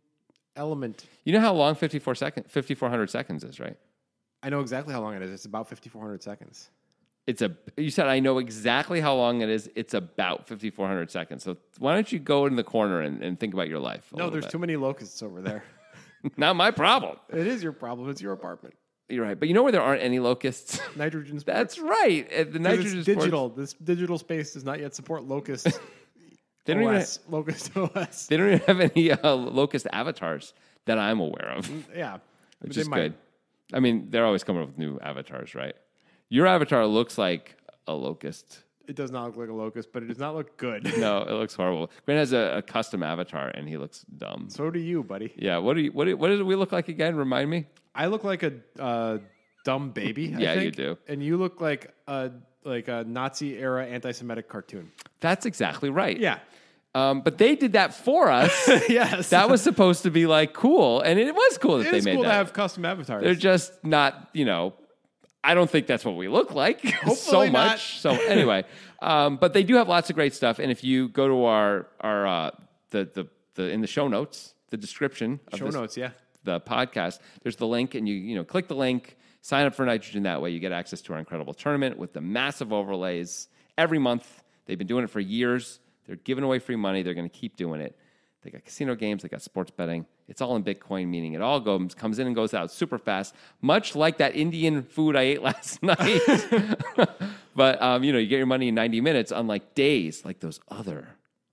Speaker 3: element.
Speaker 1: You know how long 54 second, 5400 seconds is, right?
Speaker 3: I know exactly how long it is. It's about 5,400 seconds.
Speaker 1: It's a. You said I know exactly how long it is. It's about 5400 seconds. So why don't you go in the corner and, and think about your life? a
Speaker 3: No,
Speaker 1: little
Speaker 3: there's
Speaker 1: bit.
Speaker 3: too many locusts over there.
Speaker 1: Not my problem.
Speaker 3: it is your problem. It's your apartment.
Speaker 1: You're right, but you know where there aren't any locusts.
Speaker 3: Nitrogen Sports.
Speaker 1: That's right. At the
Speaker 3: 'Cause
Speaker 1: nitrogen
Speaker 3: it's
Speaker 1: sports-
Speaker 3: digital. This digital space does not yet support locusts.
Speaker 1: They don't even.
Speaker 3: OS, locust OS.
Speaker 1: They don't even have any uh, locust avatars that I'm aware of,
Speaker 3: Yeah.
Speaker 1: which is good. I mean, they're always coming up with new avatars, right? Your avatar looks like a locust.
Speaker 3: It does not look like a locust, but it does not look good.
Speaker 1: No, it looks horrible. Grant has a, a custom avatar and he looks dumb.
Speaker 3: So do you, buddy.
Speaker 1: Yeah, what do you what do, what do we look like again? Remind me.
Speaker 3: I look like a uh, dumb baby. I
Speaker 1: Yeah, you
Speaker 3: think,
Speaker 1: do.
Speaker 3: And you look like a like a Nazi era anti-Semitic cartoon.
Speaker 1: That's exactly right.
Speaker 3: Yeah.
Speaker 1: Um, but they did that for us.
Speaker 3: yes.
Speaker 1: that was supposed to be like cool, and it was cool that
Speaker 3: It
Speaker 1: they
Speaker 3: is
Speaker 1: made
Speaker 3: cool
Speaker 1: that.
Speaker 3: to have custom avatars.
Speaker 1: They're just not, you know. I don't think that's what we look like so
Speaker 3: Hopefully
Speaker 1: much.
Speaker 3: not.
Speaker 1: So anyway, um, but they do have lots of great stuff. And if you go to our our uh, the, the the in the show notes, the description of
Speaker 3: Show
Speaker 1: this
Speaker 3: notes, yeah.
Speaker 1: the podcast, there's the link, and you you know click the link, sign up for Nitrogen. That way, you get access to our incredible tournament with the massive overlays every month. They've been doing it for years. They're giving away free money. They're going to keep doing it. They got casino games. They got sports betting. It's all in Bitcoin, meaning it all goes comes in and goes out super fast, much like that Indian food I ate last night. but um, you know, you get your money in 90 minutes, unlike days, like those other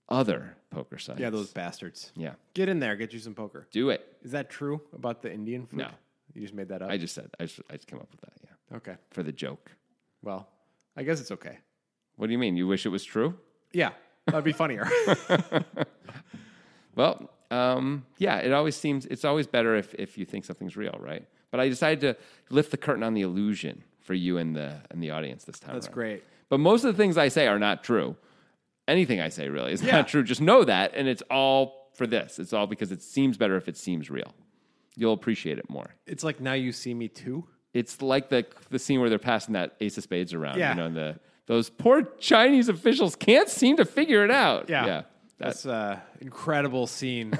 Speaker 1: other poker sites.
Speaker 3: Yeah, those bastards.
Speaker 1: Yeah,
Speaker 3: Get in there, get you some poker.
Speaker 1: do it.
Speaker 3: Is that true about the Indian food?
Speaker 1: No.
Speaker 3: You just made that up.
Speaker 1: I just said I just, I just came up with that. Yeah.
Speaker 3: okay.
Speaker 1: for the joke.
Speaker 3: Well, I guess it's okay.
Speaker 1: What do you mean? You wish it was true?
Speaker 3: Yeah. That'd be funnier.
Speaker 1: Well, um, yeah, it always seems it's always better if, if you think something's real, right? But I decided to lift the curtain on the illusion for you and the and the audience this time.
Speaker 3: That's
Speaker 1: around.
Speaker 3: great.
Speaker 1: But most of the things I say are not true. Anything I say really is
Speaker 3: Yeah.
Speaker 1: not true. Just know that, and it's all for this. It's all because it seems better if it seems real. You'll appreciate it more.
Speaker 3: It's like now you see me too.
Speaker 1: It's like the the scene where they're passing that ace of spades around.
Speaker 3: Yeah.
Speaker 1: You know, and the those poor Chinese officials can't seem to figure it out.
Speaker 3: Yeah.
Speaker 1: yeah that,
Speaker 3: That's uh, incredible scene.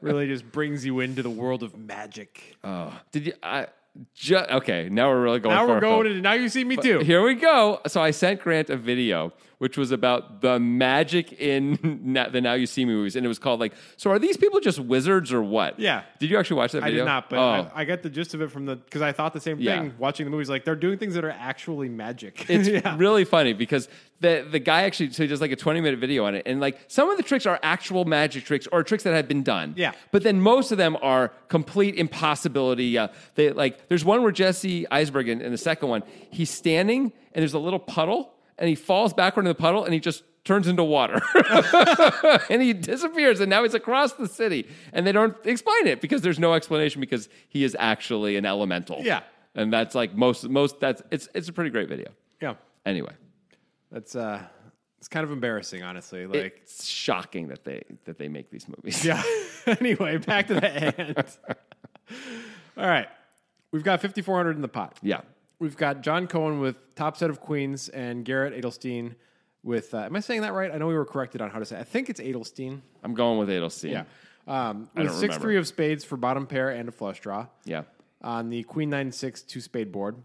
Speaker 3: really just brings you into the world of magic.
Speaker 1: Oh, did you? I ju- okay. Now we're really going.
Speaker 3: now we're
Speaker 1: far
Speaker 3: going
Speaker 1: afield.
Speaker 3: into now you see me too.
Speaker 1: Uh, Here we go. So I sent Grant a video which was about the magic in na- the Now You See Me movies, and it was called like. So are these people just wizards or what?
Speaker 3: Yeah.
Speaker 1: Did you actually watch that
Speaker 3: I
Speaker 1: video?
Speaker 3: did not, but
Speaker 1: oh.
Speaker 3: I, I got the gist of it from the because I thought the same thing
Speaker 1: Yeah.
Speaker 3: watching the movies. Like they're doing things that are actually magic.
Speaker 1: it's
Speaker 3: yeah.
Speaker 1: really funny because the the guy actually so he does like a 20 minute video on it and like some of the tricks are actual magic tricks or tricks that have been done
Speaker 3: Yeah.
Speaker 1: but then most of them are complete impossibility uh, they like there's one where jesse eisberg in, in the second one he's standing and there's a little puddle and he falls backward in the puddle and he just turns into water and he disappears and now he's across the city and they don't explain it because there's no explanation because he is actually an elemental
Speaker 3: Yeah.
Speaker 1: and that's like most most that's it's it's a pretty great video
Speaker 3: yeah.
Speaker 1: Anyway,
Speaker 3: That's uh It's kind of embarrassing, honestly. Like,
Speaker 1: it's shocking that they that they make these movies.
Speaker 3: yeah. anyway, back to the hand. All right. We've got 5,400 in the pot.
Speaker 1: Yeah.
Speaker 3: We've got John Cohen with Top Set of Queens and Garrett Adelstein with, uh, am I saying that right? I know we were corrected on how to say it. I think it's Adelstein.
Speaker 1: I'm going with Adelstein.
Speaker 3: Yeah. Um, with
Speaker 1: don't
Speaker 3: 6
Speaker 1: remember.
Speaker 3: 3 of spades for bottom pair and a flush draw
Speaker 1: Yeah.
Speaker 3: on the Queen 9 6 two spade board.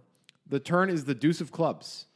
Speaker 3: The turn is the deuce of clubs.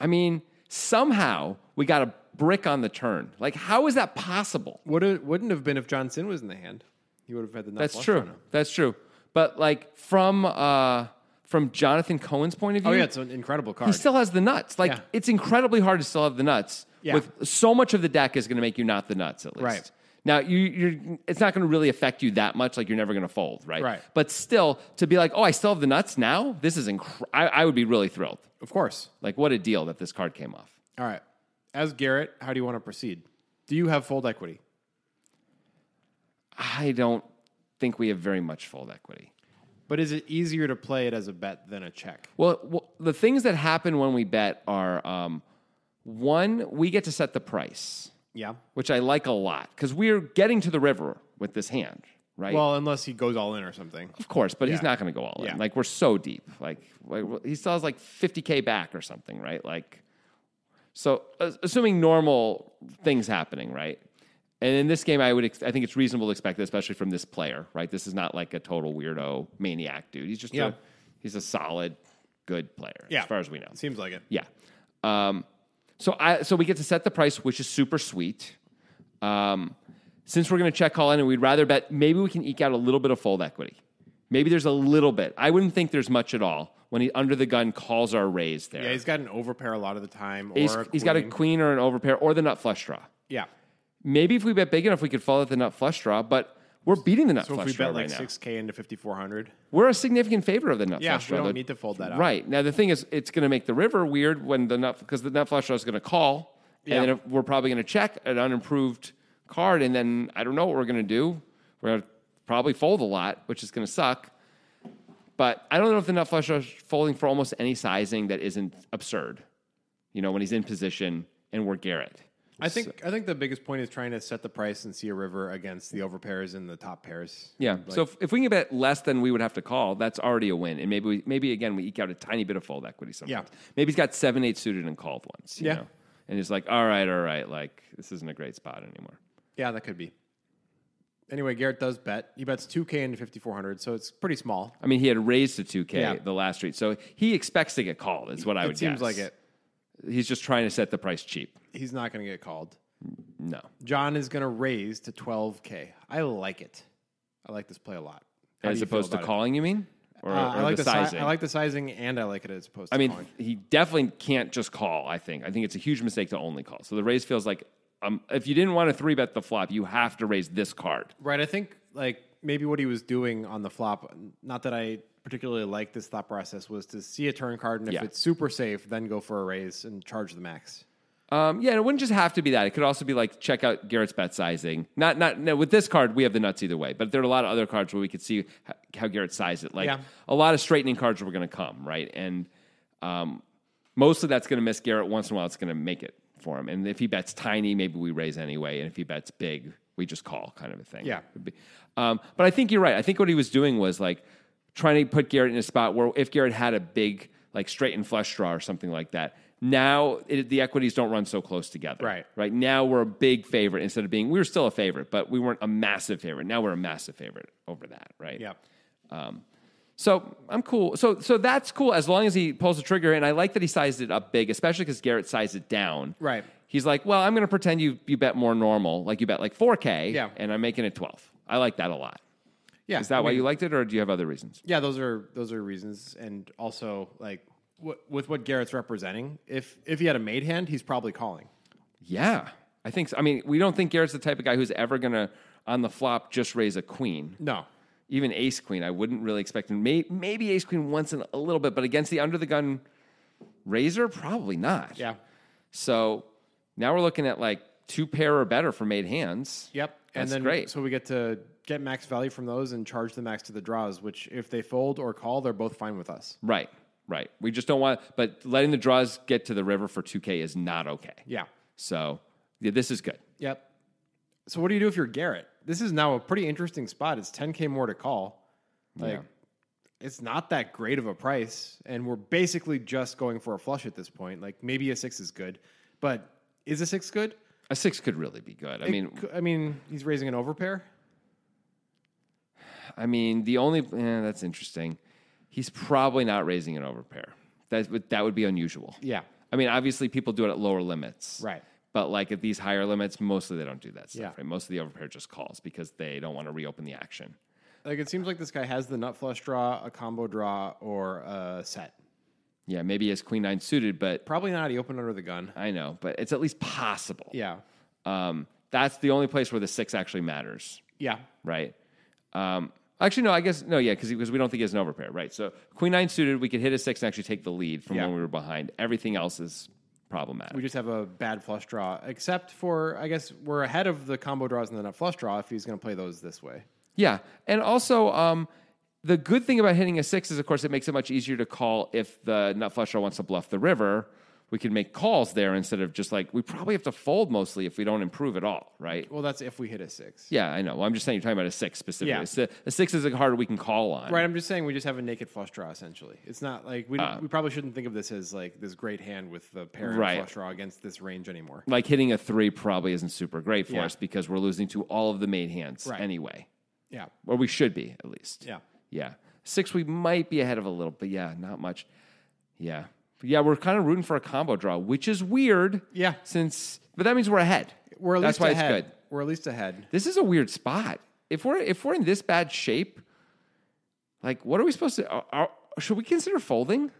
Speaker 1: I mean, somehow we got a brick on the turn. Like, how is that possible?
Speaker 3: Would it, wouldn't have been if John Sin was in the hand. He would have had the nut
Speaker 1: That's
Speaker 3: flush
Speaker 1: true.
Speaker 3: on him.
Speaker 1: That's true. But like from uh from Jonathan Cohen's point of view,
Speaker 3: Oh, yeah, it's an incredible card.
Speaker 1: he still has the nuts. Like
Speaker 3: Yeah.
Speaker 1: it's incredibly hard to still have the nuts.
Speaker 3: Yeah.
Speaker 1: With so much of the deck is going to make you not the nuts at least.
Speaker 3: Right.
Speaker 1: Now you you're it's not going to really affect you that much. Like you're never going to fold, right?
Speaker 3: Right.
Speaker 1: But still, to be like, oh, I still have the nuts now. This is incredible. I, I would be really thrilled.
Speaker 3: of course.
Speaker 1: Like what a deal that this card came off.
Speaker 3: All right. As Garrett, how do you want to proceed? Do you have fold equity?
Speaker 1: I don't think we have very much fold equity.
Speaker 3: But is it easier to play it as a bet than a check?
Speaker 1: Well, well the things that happen when we bet are um, one, we get to set the price,
Speaker 3: Yeah.
Speaker 1: which I like a lot because we're getting to the river with this hand, right?
Speaker 3: Well, unless he goes all in or something.
Speaker 1: of course, but he's
Speaker 3: yeah.
Speaker 1: not going to go all in.
Speaker 3: Yeah.
Speaker 1: Like we're so deep. Like, like he still has like 50k back or something, right? Like, so uh, assuming normal things happening, right? And in this game, I would ex- I think it's reasonable to expect, that, especially from this player, right? This is not like a total weirdo maniac dude. He's just
Speaker 3: Yeah.
Speaker 1: a, he's a solid, good player
Speaker 3: Yeah.
Speaker 1: as far as we know.
Speaker 3: Seems like it.
Speaker 1: Yeah. Um, so I so we get to set the price, which is super sweet. Um, since we're going to check call in, and we'd rather bet, maybe we can eke out a little bit of fold equity. Maybe there's a little bit. I wouldn't think there's much at all when he under the gun calls our raise there.
Speaker 3: Yeah, he's got an overpair a lot of the time. Or
Speaker 1: Ace-
Speaker 3: a
Speaker 1: he's got a
Speaker 3: queen.
Speaker 1: queen or an overpair or the nut flush draw.
Speaker 3: Yeah.
Speaker 1: Maybe if we bet big enough, we could follow the nut flush draw, but we're beating the nut
Speaker 3: So if
Speaker 1: flush
Speaker 3: we
Speaker 1: draw
Speaker 3: bet like
Speaker 1: right now.
Speaker 3: 6K into 5,400.
Speaker 1: We're a significant favor of the nut
Speaker 3: Yeah,
Speaker 1: flush draw.
Speaker 3: we don't
Speaker 1: though.
Speaker 3: need to fold that up.
Speaker 1: Right. Now, the thing is, it's going to make the river weird when the nut, because the nut flush draw is going to call.
Speaker 3: Yeah.
Speaker 1: And then if- we're probably going to check an unimproved card. And then I don't know what we're going to do. We're going to probably fold a lot, which is going to suck. But I don't know if the nut flush draw is folding for almost any sizing that isn't absurd. You know, when he's in position and we're Garrett.
Speaker 3: I think I think the biggest point is trying to set the price and see a river against the overpairs and the top pairs.
Speaker 1: Yeah. so if, if we can bet less than we would have to call, that's already a win. And maybe we, maybe again we eke out a tiny bit of fold equity sometimes.
Speaker 3: Yeah.
Speaker 1: Maybe he's got seven eight suited and called once. You
Speaker 3: Yeah.
Speaker 1: Know? And he's like, all right, all right, like this isn't a great spot anymore.
Speaker 3: Yeah, that could be. Anyway, Garrett does bet. He bets 2K into 5,400, so it's pretty small.
Speaker 1: I mean, he had raised to two K
Speaker 3: Yeah.
Speaker 1: the last street, so he expects to get called. Is what I would
Speaker 3: It seems
Speaker 1: guess.
Speaker 3: like it.
Speaker 1: He's just trying to set the price cheap.
Speaker 3: He's not going to get called.
Speaker 1: No.
Speaker 3: John is going to raise to 12K. I like it. I like this play a lot. How do
Speaker 1: As
Speaker 3: you feel
Speaker 1: opposed to
Speaker 3: about it?
Speaker 1: calling, you mean? Or,
Speaker 3: Uh, I
Speaker 1: or
Speaker 3: like the, si-
Speaker 1: sizing?
Speaker 3: I like the sizing, and I like it as opposed to
Speaker 1: I mean,
Speaker 3: calling.
Speaker 1: he definitely can't just call. I think. I think it's a huge mistake to only call. So the raise feels like, um, if you didn't want to three bet the flop, you have to raise this card.
Speaker 3: Right. I think like maybe what he was doing on the flop. Not that I particularly like this thought process was to see a turn card, and if
Speaker 1: Yeah.
Speaker 3: it's super safe, then go for a raise and charge the max.
Speaker 1: Um, yeah, and it wouldn't just have to be that. It could also be like check out Garrett's bet sizing. Not not no, with this card we have the nuts either way, but there are a lot of other cards where we could see how, how Garrett sized it. Like
Speaker 3: Yeah.
Speaker 1: a lot of straightening cards were going to come right, and um, mostly that's going to miss Garrett. Once in a while, it's going to make it for him. And if he bets tiny, maybe we raise anyway, and if he bets big, we just call, kind of a thing.
Speaker 3: Yeah.
Speaker 1: Would be- Um, but I think you're right. I think what he was doing was like trying to put Garrett in a spot where if Garrett had a big like straight and flush draw or something like that, now it, the equities don't run so close together.
Speaker 3: Right.
Speaker 1: Right now we're a big favorite instead of being we were still a favorite, but we weren't a massive favorite. Now we're a massive favorite over that. Right.
Speaker 3: Yeah.
Speaker 1: So I'm cool. So so that's cool as long as he pulls the trigger. And I like that he sized it up big, especially because Garrett sized it down.
Speaker 3: Right.
Speaker 1: He's like, well, I'm going to pretend you you bet more normal, like you bet like 4K,
Speaker 3: Yeah.
Speaker 1: and I'm making it 12. I like that a lot.
Speaker 3: Yeah.
Speaker 1: Is that why you liked it, or do you have other reasons?
Speaker 3: Yeah, those are those are reasons, and also like wh- with what Garrett's representing. If if he had a made hand, he's probably calling.
Speaker 1: Yeah, I think. So. I mean, we don't think Garrett's the type of guy who's ever going to on the flop just raise a queen,
Speaker 3: No.
Speaker 1: even ace queen. I wouldn't really expect him. May, maybe ace queen once in a little bit, but against the under the gun razor, probably not.
Speaker 3: Yeah.
Speaker 1: So now we're looking at like two pair or better for made hands.
Speaker 3: Yep. And
Speaker 1: That's
Speaker 3: then
Speaker 1: great.
Speaker 3: so we get to get max value from those and charge the max to the draws, which if they fold or call, they're both fine with us.
Speaker 1: Right. Right. We just don't want, but letting the draws get to the river for 2K is not okay.
Speaker 3: Yeah.
Speaker 1: So yeah, this is good.
Speaker 3: Yep. So what do you do if you're Garrett? This is now a pretty interesting spot. It's 10k more to call. Like it's not that great of a price and we're basically just going for a flush at this point. Like maybe a 6 is good, but is a 6 good?
Speaker 1: A six could really be good. I mean,
Speaker 3: C- I mean, he's raising an overpair.
Speaker 1: I mean, the only eh, that's interesting. He's probably not raising an overpair. That would that would be unusual.
Speaker 3: Yeah.
Speaker 1: I mean, obviously people do it at lower limits,
Speaker 3: Right.
Speaker 1: But like at these higher limits, mostly they don't do that stuff.
Speaker 3: Yeah.
Speaker 1: Right? Most of the overpair just calls because they don't want to reopen the action.
Speaker 3: Like it seems like this guy has the nut flush draw, a combo draw or a set.
Speaker 1: Yeah, maybe he has queen nine suited, but
Speaker 3: Probably not. He opened under the gun.
Speaker 1: I know, but it's at least possible.
Speaker 3: Yeah.
Speaker 1: Um, that's the only place where the six actually matters,
Speaker 3: Yeah.
Speaker 1: right? Um, actually, no, I guess no, yeah, because because we don't think it's an overpair, right? So queen nine suited, we could hit a six and actually take the lead from
Speaker 3: Yeah.
Speaker 1: when we were behind. Everything else is problematic.
Speaker 3: We just have a bad flush draw, except for I guess we're ahead of the combo draws and the nut flush draw if he's going to play those this way.
Speaker 1: Yeah. And also, um, the good thing about hitting a six is, of course, it makes it much easier to call if the nut flusher wants to bluff the river. We can make calls there instead of just like, we probably have to fold mostly if we don't improve at all, right?
Speaker 3: Well, that's if we hit a six.
Speaker 1: Yeah, I know. Well, I'm just saying you're talking about a six specifically.
Speaker 3: Yeah.
Speaker 1: It's A, a six is a card we can call on.
Speaker 3: Right, I'm just saying we just have a naked flush draw essentially. It's not like we, we probably shouldn't think of this as like this great hand with the pair and
Speaker 1: Uh. Right.
Speaker 3: flush draw against this range anymore.
Speaker 1: Like hitting a three probably isn't super great for
Speaker 3: Yeah.
Speaker 1: us because we're losing to all of the made hands
Speaker 3: Right.
Speaker 1: anyway,
Speaker 3: Yeah,
Speaker 1: or we should be at least.
Speaker 3: yeah.
Speaker 1: Yeah. Six, we might be ahead of a little, but yeah, not much. Yeah. But yeah, we're kind of rooting for a combo draw, which is weird.
Speaker 3: Yeah.
Speaker 1: Since, but that means we're ahead.
Speaker 3: We're at
Speaker 1: That's
Speaker 3: least
Speaker 1: why
Speaker 3: ahead.
Speaker 1: it's good.
Speaker 3: We're at least ahead.
Speaker 1: This is a weird spot. If we're if we're in this bad shape, like what are we supposed to? Are, are- should we consider folding?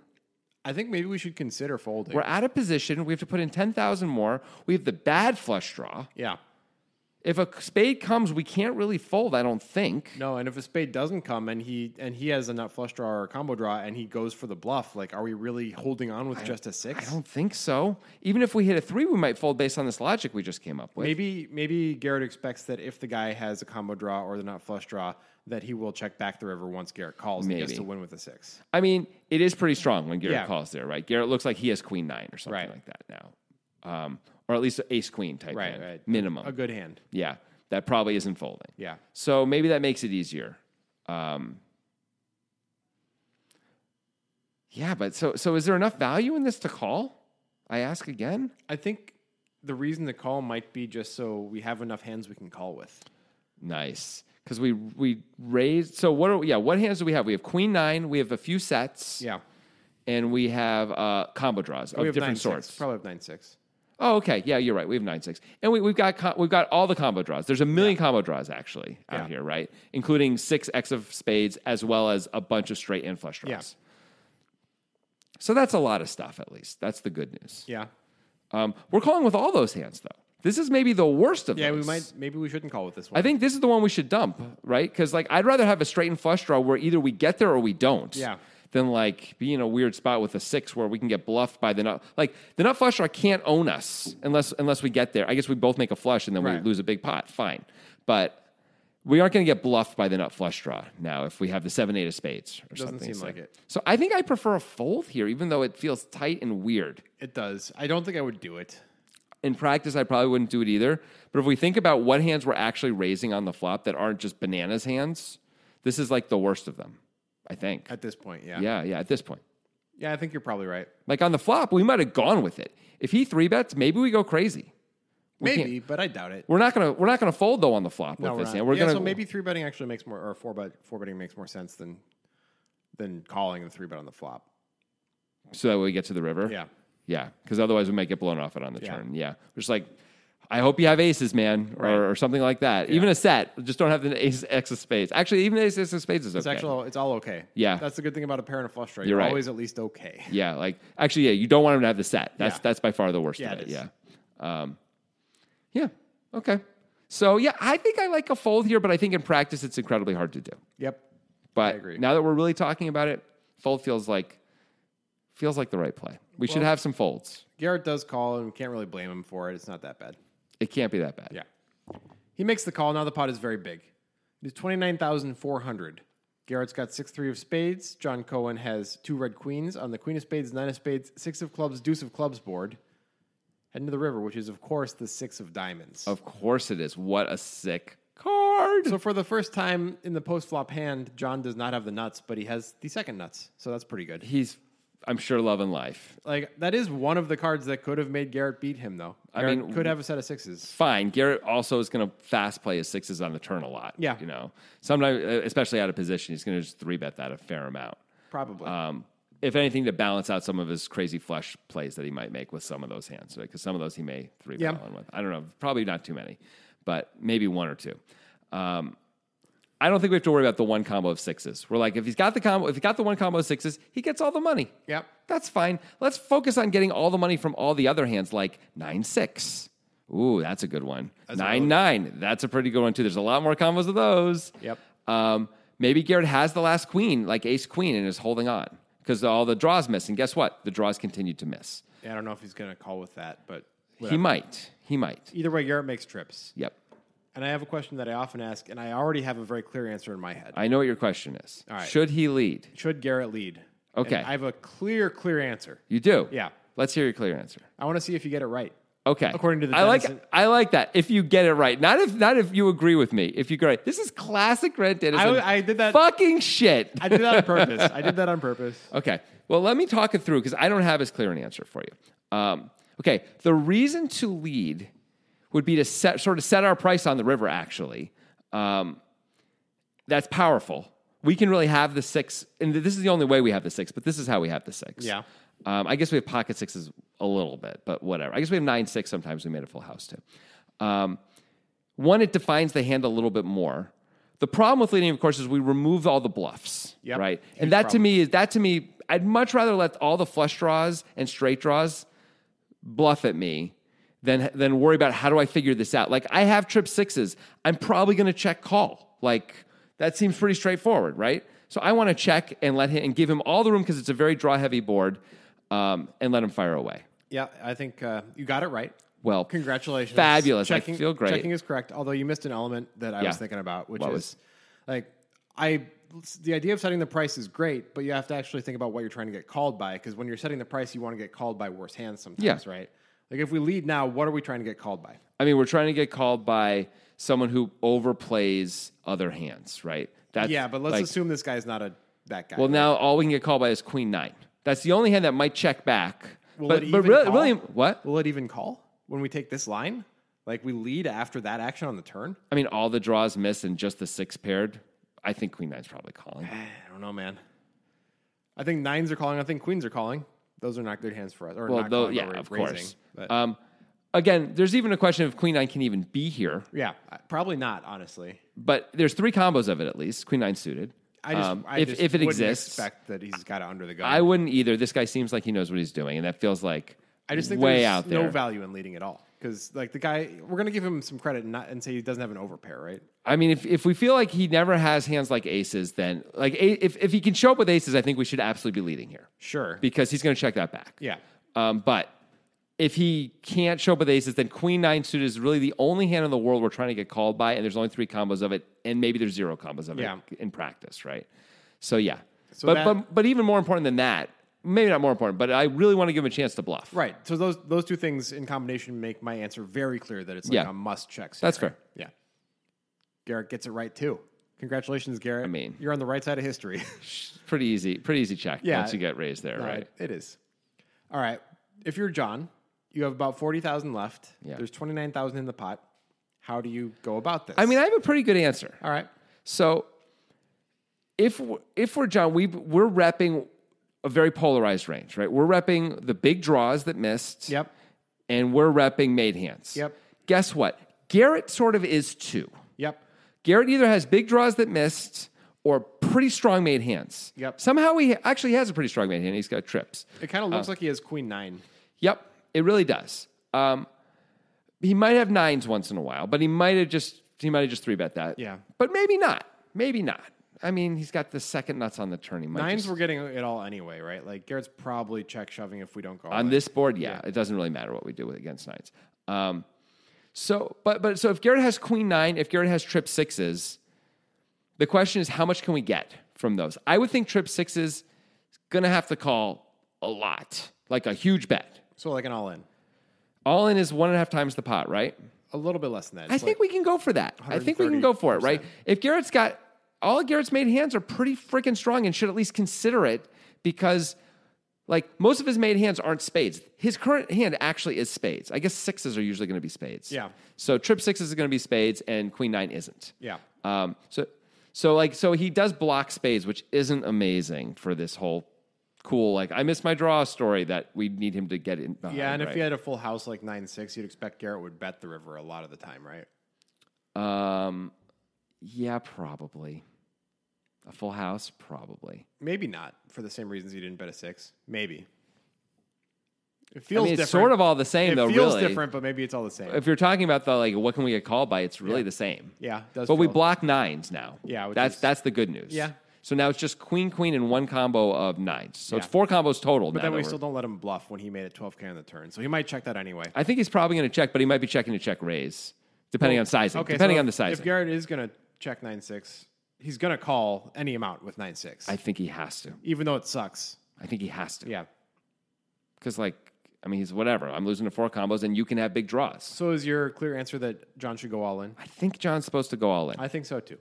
Speaker 3: I think maybe we should consider folding.
Speaker 1: We're at a position we have to put in ten thousand more. We have the bad flush draw.
Speaker 3: yeah.
Speaker 1: If a spade comes, we can't really fold. I don't think.
Speaker 3: No, and if a spade doesn't come and he and he has a nut flush draw or a combo draw and he goes for the bluff, like are we really holding on with just a six?
Speaker 1: I don't think so. Even if we hit a three, we might fold based on this logic we just came up with.
Speaker 3: Maybe maybe Garrett expects that if the guy has a combo draw or the nut flush draw, that he will check back the river once Garrett calls and gets
Speaker 1: Maybe.
Speaker 3: to win with a six.
Speaker 1: I mean, it is pretty strong when Garrett
Speaker 3: Yeah.
Speaker 1: calls there, right? Garrett looks like he has queen nine or something
Speaker 3: Right.
Speaker 1: like that now, um, or at least ace queen type
Speaker 3: Right,
Speaker 1: hand,
Speaker 3: right.
Speaker 1: minimum.
Speaker 3: A good hand.
Speaker 1: Yeah, that probably isn't folding.
Speaker 3: Yeah.
Speaker 1: So maybe that makes it easier. Um, yeah, but so so is there enough value in this to call? I ask again.
Speaker 3: I think the reason to call might be just so we have enough hands we can call with.
Speaker 1: Nice, because we we raised. So what are we, yeah? What hands do we have? We have queen nine. We have a few sets.
Speaker 3: Yeah.
Speaker 1: and we have uh, combo draws of
Speaker 3: We have
Speaker 1: different
Speaker 3: nine
Speaker 1: sorts.
Speaker 3: six. Probably have nine six.
Speaker 1: Oh, okay. Yeah, you're right. We have nine six, and we, we've got co- we've got all the combo draws. There's a million combo draws actually out
Speaker 3: Yeah.
Speaker 1: here, right? Including six X of spades, as well as a bunch of straight and flush draws.
Speaker 3: Yeah.
Speaker 1: So that's a lot of stuff. At least that's the good news.
Speaker 3: Yeah.
Speaker 1: Um, we're calling with all those hands though. This is maybe the worst of
Speaker 3: Yeah,
Speaker 1: those.
Speaker 3: we might maybe we shouldn't call with this one.
Speaker 1: I think this is the one we should dump, right? Because like I'd rather have a straight and flush draw where either we get there or we don't.
Speaker 3: Yeah.
Speaker 1: Than like be in a weird spot with a six where we can get bluffed by the nut. Like the nut flush draw can't own us unless unless we get there. I guess we both make a flush and then
Speaker 3: Right.
Speaker 1: we lose a big pot. Fine, but we aren't going to get bluffed by the nut flush draw now if we have the seven eight of spades or
Speaker 3: Doesn't
Speaker 1: something.
Speaker 3: seem
Speaker 1: So-
Speaker 3: like it.
Speaker 1: So I think I prefer a fold here, even though it feels tight and weird
Speaker 3: it does. I don't think I would do it.
Speaker 1: in practice, I probably wouldn't do it either. But if we think about what hands we're actually raising on the flop that aren't just bananas hands, this is like the worst of them, I think.
Speaker 3: At this point, yeah.
Speaker 1: Yeah, yeah, at this point.
Speaker 3: Yeah, I think you're probably right.
Speaker 1: Like on the flop, we might have gone with it. If he three bets, maybe we go crazy.
Speaker 3: Maybe, but I doubt it.
Speaker 1: We're not gonna we're not gonna fold though on the flop
Speaker 3: No,
Speaker 1: with
Speaker 3: we're
Speaker 1: this
Speaker 3: not.
Speaker 1: hand. We're
Speaker 3: yeah,
Speaker 1: gonna
Speaker 3: so maybe three betting actually makes more or four bet four betting makes more sense than than calling the three bet on the flop.
Speaker 1: so that way we get to the river.
Speaker 3: Yeah.
Speaker 1: Yeah, because otherwise we might get blown off it on the
Speaker 3: Yeah.
Speaker 1: turn. Yeah, just like I hope you have aces, man, or, or something like that. Even a set, just don't have the ace X of spades. Actually, even the ace X of spades is okay.
Speaker 3: It's actually it's all okay.
Speaker 1: Yeah.
Speaker 3: That's the good thing about a pair and a flush draw. You're,
Speaker 1: right.
Speaker 3: always at least okay.
Speaker 1: Yeah, like actually, yeah, you don't want him to have the set. That's
Speaker 3: Yeah.
Speaker 1: that's by far the worst
Speaker 3: Yeah,
Speaker 1: of
Speaker 3: it
Speaker 1: it.
Speaker 3: is.
Speaker 1: Yeah, um, yeah, okay. So yeah, I think I like a fold here, but I think in practice it's incredibly hard to do.
Speaker 3: Yep.
Speaker 1: But
Speaker 3: agree.
Speaker 1: now that we're really talking about it, fold feels like feels like the right play. We should have some folds.
Speaker 3: Garrett does call and we can't really blame him for it. It's not that bad.
Speaker 1: It can't be that bad.
Speaker 3: Yeah. He makes the call. Now the pot is very big. It's 29,400. Garrett's got 6 3 of spades. John Cohen has two red queens on the queen of spades, nine of spades, six of clubs, deuce of clubs board. Head into the river, which is, of course, the six of diamonds.
Speaker 1: Of course it is. What a sick card.
Speaker 3: So for the first time in the post flop hand, John does not have the nuts, but he has the second nuts. So that's pretty good.
Speaker 1: He's, I'm sure, loving life.
Speaker 3: Like that is one of the cards that could have made Garrett beat him, though.
Speaker 1: I
Speaker 3: Garrett
Speaker 1: mean-
Speaker 3: could have a set of sixes.
Speaker 1: Fine. Garrett also is going to fast play his sixes on the turn a lot.
Speaker 3: Yeah.
Speaker 1: You know, sometimes, uh, especially out of position, he's going to just three bet that a fair amount.
Speaker 3: Probably.
Speaker 1: Um, if anything, to balance out some of his crazy flush plays that he might make with some of those hands, right? Because some of those he may three bet
Speaker 3: Yeah.
Speaker 1: on with. I don't know. Probably not too many, but maybe one or two. Um, I don't think we have to worry about the one combo of sixes. We're like, if he's got the combo, if he got the one combo of sixes, he gets all the money.
Speaker 3: Yep.
Speaker 1: That's fine. Let's focus on getting all the money from all the other hands, like nine six. Ooh, that's a good one.
Speaker 3: a
Speaker 1: nine
Speaker 3: really-
Speaker 1: nine. That's a pretty good one too. There's a lot more combos of those.
Speaker 3: Yep.
Speaker 1: Um, maybe Garrett has the last queen, like ace queen, and is holding on because all the draws miss. And guess what? The draws continued to miss.
Speaker 3: Yeah, I don't know if he's going to call with that, but
Speaker 1: He
Speaker 3: whatever.
Speaker 1: might. He might.
Speaker 3: either way, Garrett makes trips.
Speaker 1: Yep.
Speaker 3: And I have a question that I often ask, and I already have a very clear answer in my head.
Speaker 1: I know what your question is.
Speaker 3: All right.
Speaker 1: Should he lead?
Speaker 3: Should Garrett lead?
Speaker 1: Okay.
Speaker 3: And I have a clear, clear answer.
Speaker 1: You do.
Speaker 3: Yeah.
Speaker 1: Let's hear your clear answer.
Speaker 3: I want to see if you get it right.
Speaker 1: Okay.
Speaker 3: According to the
Speaker 1: I like
Speaker 3: Denison-
Speaker 1: I like that. If you get it right. Not if not if you agree with me. If you agree. This is classic Rent Dennison.
Speaker 3: I- I did that-
Speaker 1: Fucking shit.
Speaker 3: I did that on purpose. I did that on purpose.
Speaker 1: Okay. Well, let me talk it through because I don't have as clear an answer for you. Um, okay. The reason to lead would be to set, sort of set our price on the river, actually. Um, that's powerful. We can really have the six, and this is the only way we have the six, but this is how we have the six.
Speaker 3: Yeah.
Speaker 1: Um, I guess we have pocket sixes a little bit, but whatever. I guess we have nine, six sometimes. We made a full house too. Um, one, it defines the hand a little bit more. The problem with leading, of course, is we remove all the bluffs,
Speaker 3: Yep.
Speaker 1: right?
Speaker 3: Huge
Speaker 1: and that to
Speaker 3: problem.
Speaker 1: me is that to me, I'd much rather let all the flush draws and straight draws bluff at me than than worry about how do I figure this out. Like I have trip sixes, I'm probably going to check call. Like that seems pretty straightforward, right? So I want to check and let him and give him all the room because it's a very draw heavy board, um, and let him fire away.
Speaker 3: Yeah, I think uh, you got it right.
Speaker 1: Well,
Speaker 3: Congratulations.
Speaker 1: fabulous! I feel great.
Speaker 3: Checking is correct, although you missed an element that I
Speaker 1: Yeah.
Speaker 3: was thinking about, which
Speaker 1: What
Speaker 3: is
Speaker 1: was-
Speaker 3: like I the idea of setting the price is great, but you have to actually think about what you're trying to get called by because when you're setting the price, you want to get called by worse hands sometimes,
Speaker 1: Yeah.
Speaker 3: right? Like if we lead now, what are we trying to get called by?
Speaker 1: I mean, we're trying to get called by someone who overplays other hands, right? That's,
Speaker 3: Yeah, but let's
Speaker 1: like,
Speaker 3: assume this guy's not a that guy.
Speaker 1: Well, now all we can get called by is queen nine. That's the only hand that might check back.
Speaker 3: Will
Speaker 1: but
Speaker 3: it
Speaker 1: but
Speaker 3: even
Speaker 1: really,
Speaker 3: call?
Speaker 1: really, what?
Speaker 3: will it even call when we take this line? Like we lead after that action on the turn?
Speaker 1: I mean, all the draws miss and just the six paired. I think queen nine's probably calling.
Speaker 3: I don't know, man. I think nines are calling. I think queens are calling. Those are not good hands for us. Or
Speaker 1: Well,
Speaker 3: not
Speaker 1: though,
Speaker 3: calling,
Speaker 1: yeah,
Speaker 3: but
Speaker 1: of
Speaker 3: raising.
Speaker 1: course.
Speaker 3: But,
Speaker 1: Um, again, there's even a question if queen nine can even be here.
Speaker 3: yeah, I- probably not. Honestly,
Speaker 1: But there's three combos of it at least. Queen nine suited.
Speaker 3: I just,
Speaker 1: Um,
Speaker 3: I
Speaker 1: if
Speaker 3: just
Speaker 1: if it
Speaker 3: wouldn't
Speaker 1: exists,
Speaker 3: expect that he's got it under the gun.
Speaker 1: I wouldn't either. This guy seems like he knows what he's doing, and that feels like
Speaker 3: I just think
Speaker 1: way
Speaker 3: there's
Speaker 1: out there.
Speaker 3: no value in leading at all because like the guy, we're gonna give him some credit and, not, and say he doesn't have an overpair, right?
Speaker 1: I mean, if, if we feel like he never has hands like aces, then like a, if, if he can show up with aces, I think we should absolutely be leading here
Speaker 3: Sure.
Speaker 1: because he's going to check that back.
Speaker 3: yeah.
Speaker 1: Um, but if he can't show up with aces, then queen nine suited is really the only hand in the world we're trying to get called by, and there's only three combos of it, and maybe there's zero combos of
Speaker 3: Yeah.
Speaker 1: it in practice, right? So yeah,
Speaker 3: So
Speaker 1: but
Speaker 3: that-
Speaker 1: but but even more important than that, maybe not more important, but I really want to give him a chance to bluff.
Speaker 3: Right. So those those two things in combination make my answer very clear that it's like
Speaker 1: Yeah.
Speaker 3: a must check.
Speaker 1: That's
Speaker 3: scenario.
Speaker 1: fair.
Speaker 3: Yeah. Garrett gets it right too. Congratulations, Garrett. I
Speaker 1: mean-
Speaker 3: you're on the right side of history.
Speaker 1: Pretty easy, pretty easy check
Speaker 3: Yeah.
Speaker 1: once you get raised there, right?
Speaker 3: It is. All right. If you're John, you have about 40,000 left.
Speaker 1: Yeah.
Speaker 3: There's 29,000 in the pot. How do you go about this?
Speaker 1: I mean, I have a pretty good answer.
Speaker 3: all right.
Speaker 1: So if w- if we're John, we we're repping a very polarized range, right? We're repping the big draws that missed.
Speaker 3: Yep.
Speaker 1: And we're repping made hands.
Speaker 3: Yep.
Speaker 1: Guess what? Garrett sort of is too.
Speaker 3: Yep.
Speaker 1: Garrett either has big draws that missed or pretty strong made hands.
Speaker 3: Yep.
Speaker 1: Somehow he actually has a pretty strong made hand. He's got trips.
Speaker 3: It kind of looks
Speaker 1: Oh.
Speaker 3: like he has queen nine.
Speaker 1: Yep, it really does. Um, he might have nines once in a while, but he might have just he might have just three bet that.
Speaker 3: Yeah.
Speaker 1: but maybe not. Maybe not. I mean, he's got the second nuts on the turn. He might
Speaker 3: Nines
Speaker 1: just-
Speaker 3: we're getting it all anyway, right? Like Garrett's probably check shoving if we don't go all
Speaker 1: on
Speaker 3: in.
Speaker 1: this board. Yeah, it doesn't really matter what we do with against nines. Um, so, but but so if Garrett has queen nine, if Garrett has trip sixes, the question is how much can we get from those? I would think trip sixes is gonna have to call a lot, like a huge bet.
Speaker 3: So like an all in.
Speaker 1: All in is one and a half times the pot, right?
Speaker 3: A little bit less than that.
Speaker 1: I
Speaker 3: It's
Speaker 1: think we can go for that. I think we can go for it, right? If Garrett's got all Garrett's made hands are pretty freaking strong and should at least consider it because like most of his made hands aren't spades. His current hand actually is spades. I guess sixes are usually going to be spades.
Speaker 3: Yeah.
Speaker 1: So trip sixes is going to be spades and queen nine isn't.
Speaker 3: Yeah.
Speaker 1: Um, so, so like, so he does block spades, which isn't amazing for this whole cool, like I missed my draw story that we need him to get in. Behind,
Speaker 3: Yeah, and if
Speaker 1: right?
Speaker 3: you had a full house like nine six, you'd expect Garrett would bet the river a lot of the time, right?
Speaker 1: Um, yeah, probably. A full house, probably.
Speaker 3: Maybe not for the same reasons he didn't bet a six. Maybe it
Speaker 1: I
Speaker 3: feels
Speaker 1: mean, it's
Speaker 3: different.
Speaker 1: sort of all the same,
Speaker 3: it
Speaker 1: though.
Speaker 3: feels
Speaker 1: really,
Speaker 3: different, but maybe it's all the same.
Speaker 1: if you're talking about the like, what can we get called by? It's really the same.
Speaker 3: yeah, it does
Speaker 1: but we
Speaker 3: feel-
Speaker 1: block nines now.
Speaker 3: Yeah, which
Speaker 1: that's
Speaker 3: is-
Speaker 1: that's the good news.
Speaker 3: Yeah.
Speaker 1: So now it's just queen, queen, and one combo of nines. So it's
Speaker 3: Yeah.
Speaker 1: four combos total.
Speaker 3: But
Speaker 1: now
Speaker 3: then
Speaker 1: that
Speaker 3: we
Speaker 1: we're-
Speaker 3: still don't let him bluff when he made it 12k on the turn, so he might check that anyway.
Speaker 1: I think he's probably going to check, but he might be checking to check raise, depending on sizing.
Speaker 3: Okay,
Speaker 1: depending
Speaker 3: so
Speaker 1: on the
Speaker 3: if- If
Speaker 1: sizing.
Speaker 3: Garrett is gonna check nine six, he's gonna call any amount with nine six,
Speaker 1: I think he has to.
Speaker 3: even though it sucks.
Speaker 1: I think he has to.
Speaker 3: Yeah.
Speaker 1: Because, like, I mean, he's whatever. I'm losing to four combos, and you can have big draws.
Speaker 3: So is your clear answer that John should go all in?
Speaker 1: I think John's supposed to go all in.
Speaker 3: I think so too,